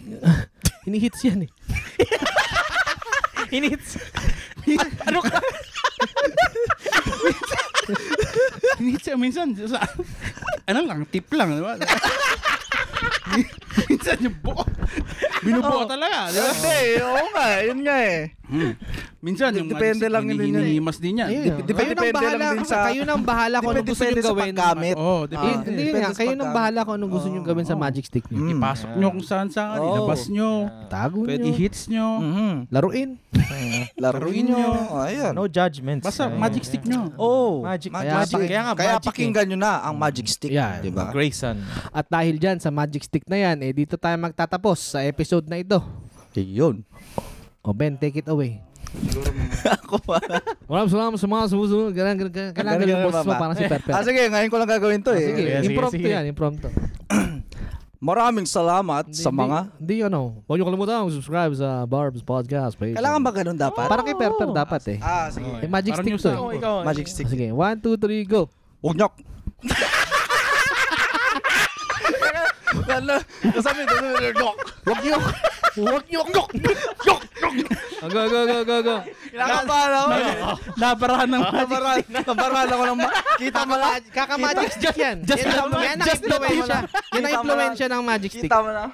hinihits yan eh. Inits. Minsan, minsan, sa, ano lang, tip lang, di ba? minsan yung buo. Binubuo talaga, di ba? Hindi, eh, oo nga. Yun nga eh. Minsan, yung Depende magic stick, lang yun yun. hinihinimas din yan. Ayun, dep- kayo nang depende lang bahala, din sa- Kayo nang bahala kung ano gusto Depende nyo sa gawin. paggamit. Oo, Eh, Ah, Hindi depende. nga, depende sa kayo nang paggamit. bahala kung anong gusto nyo gawin sa Oo. magic stick nyo. Mm. Pasok Ah. nyo kung saan saan, Oo. ilabas nyo, Tago Pwede nyo. i-hits nyo. Mhm. Laruin. Laruin nyo. Ayan. No judgments. Basta Ayun. magic stick nyo. Oh, Magic. mag- Kaya magic. pakinggan- Ano? kaya nga Kaya magic eh. pakinggan nyo na ang magic stick. diba? Yan. Di ba? Grayson. At dahil dyan sa magic stick na yan, eh dito tayo magtatapos sa episode na ito. Yun. O Ben, take it away. Ako pa. Maraming salamat sa mga sumusunod. Kailangan, kailangan, kailangan, ano Ganun, ganun yung boss ba mo ba? parang si Perper. Ah, sige. Ngayon ko lang gagawin to Ah, eh. sige, Sige, sige, impromptu sige. yan, impromptu. Maraming salamat sa Hindi- mga... Hindi, ano, huwag niyo kalimutan subscribe sa Barb's Podcast page. Kailangan ba ganun dapat? Parang kay Perper dapat eh. Ah, sige. Eh, magic Parang stick yung to sa- Oh, eh. Magic stick. Sige, 1, 2, 3, go. Ugnyak. Ano? Kasabi ito. Ugnyak. Huwag niyo. Huwag niyo. Yok, yok, yok. Go, go, go, go, go. Kinakabahan ako. eh. Labarahan ng magic. Kabaran. Kabaran ako ng... ma- Kita mo lang. Kaka-magic stick yan. Just Yan love- ang- yan ang just love impluwensya. Yan ang Kita mo impluensya ng magic stick. Kita mo na.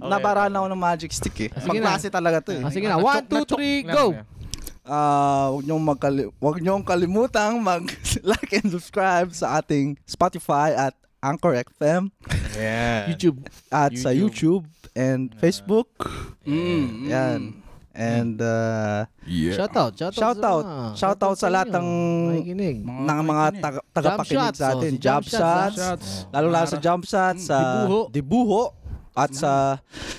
Nabaran ako ng magic stick eh. Ah, Sige na. Magklase talaga to eh. Ah, sige na, 1, 2, 3, go. Ah, wag niyo magkali- wag niyo kalimutang mag like and subscribe sa ating Spotify at Anchor FM Yeah. YouTube. at sa YouTube and Facebook. Mm, Yan. And uh, Shout out. Shout out. shout out. Shout out sa lahat inyo. ng Makikinig. ng mga eh. taga- tagapakinig shots, sa oh, atin, si job jump shots, shots, lalo na sa jump shots, sa Mm, Dibuho. Dibuho at sa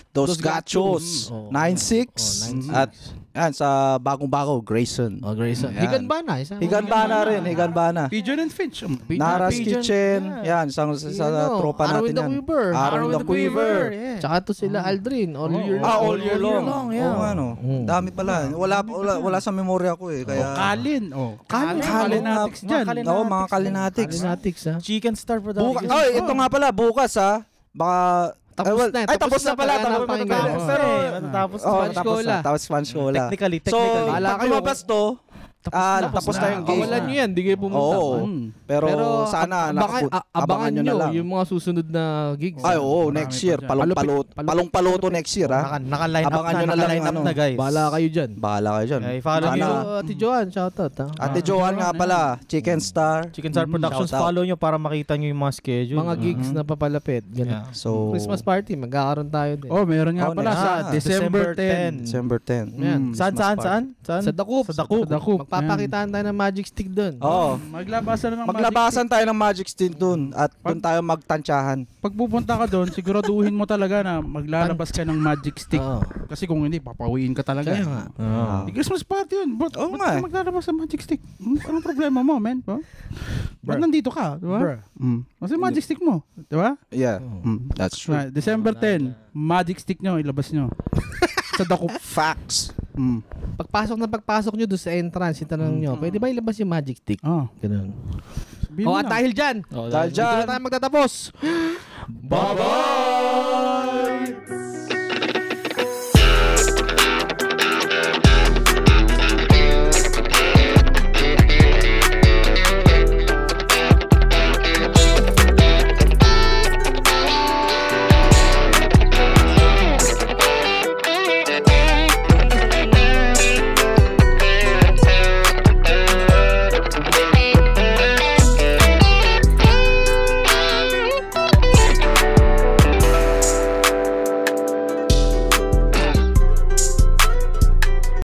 Dos Dos Gachos Mm-hmm. Gachos. Mm, oh, 96 at yan, sa bagong-bago Grayson. Oh, Grayson. Yan. Higan ba na? Isang Higanbana rin, Higanbana. Pigeon and Finch. Mm. Naras Pigeon, Kitchen. Yan, isang sa, sa tropa Arrow in natin the yan. Quiver. Arrow in the Quiver. Tsaka to sila Aldrin. All Oh, year oh. Ah, long. all year long. yeah. Oo, ano. Mm. Dami pala. Wala, wala, wala sa memory ako eh. Kaya... Kalin. Oh. Kalin. Kalin. Kalinatics dyan. Oo, mga Kalinatics. Lunatics, ha? Chicken Star Buka, Productions. oh, ito nga pala, bukas ha. Baka... Tapos well, na, Ay, tapos tapos na na pala. pala, Tapos napakinggan. tapos na. eh, matatapos Oh, Spanish Mm. tapos Cola. na. Tapos Spanish Cola. Technically, So, technically. Wala kayo. oh. lumabas to. ah, tapos na yung game. Kawalan nyo yan. Hindi kayo pumunta. Oo. Ah. Mm. Pero, ab- sana, abangan, nakapun- a- abangan nyo nyo yung mga susunod na gigs. Ay, oo, Marami next pa year. dyan. Palong-palo. Palupit- Palong-palo to next year, ah. ha? Naka, naka-line up Abangan na, nyo na lang naka-line yung up ano. na, guys. Bahala kayo dyan. Bahala kayo dyan. Eh, follow Sana- nyo. Pero, Ate Joan, shoutout. ah. Ha? Ate Joan nga pala, Chicken Star. Chicken Star Mm, Productions, shout out. follow nyo para makita nyo yung mga schedule. Mga gigs na papalapit. Ganun. Yeah. So, Christmas party, magkakaroon tayo din. Oh, meron nga Oh, pala next. sa Ah, December 10. December 10. Yan. Mm. Saan, Christmas saan, party. saan? Saan? Sa Dakup. Sa Dakup. Sa Oh. Dakup. Magpapakitaan tayo ng magic stick doon. Oo. Maglabasan na ng Mm. magic. Maglabasan tayo ng Magic Steel dun at dun tayo magtantsahan. stick. Pag pupunta ka doon, siguraduhin mo talaga na maglalabas ka ng magic stick. Ah. Oo. Kasi kung hindi, papawiin ka talaga. Kaya nga. Ah. Di Christmas party yun. Ba't, Oo ba't nga ka eh. maglalabas ng magic stick? Hmm, Anong problema mo, man? Ba? Ba't nandito ka? Di ba? Mm. Kasi magic stick mo. Di ba? Yeah, Mm. that's Hmm. true. Right, December 10, magic stick nyo, ilabas nyo. sa dako. Facts. Mm. Pagpasok na pagpasok nyo doon sa entrance, itanong nyo, pwede ba ilabas yung magic stick? Oh, Ganun. sabihin Oh, at mo na. Oh, dahil dyan, Dahil dito dyan, na tayo magtatapos. Bye-bye!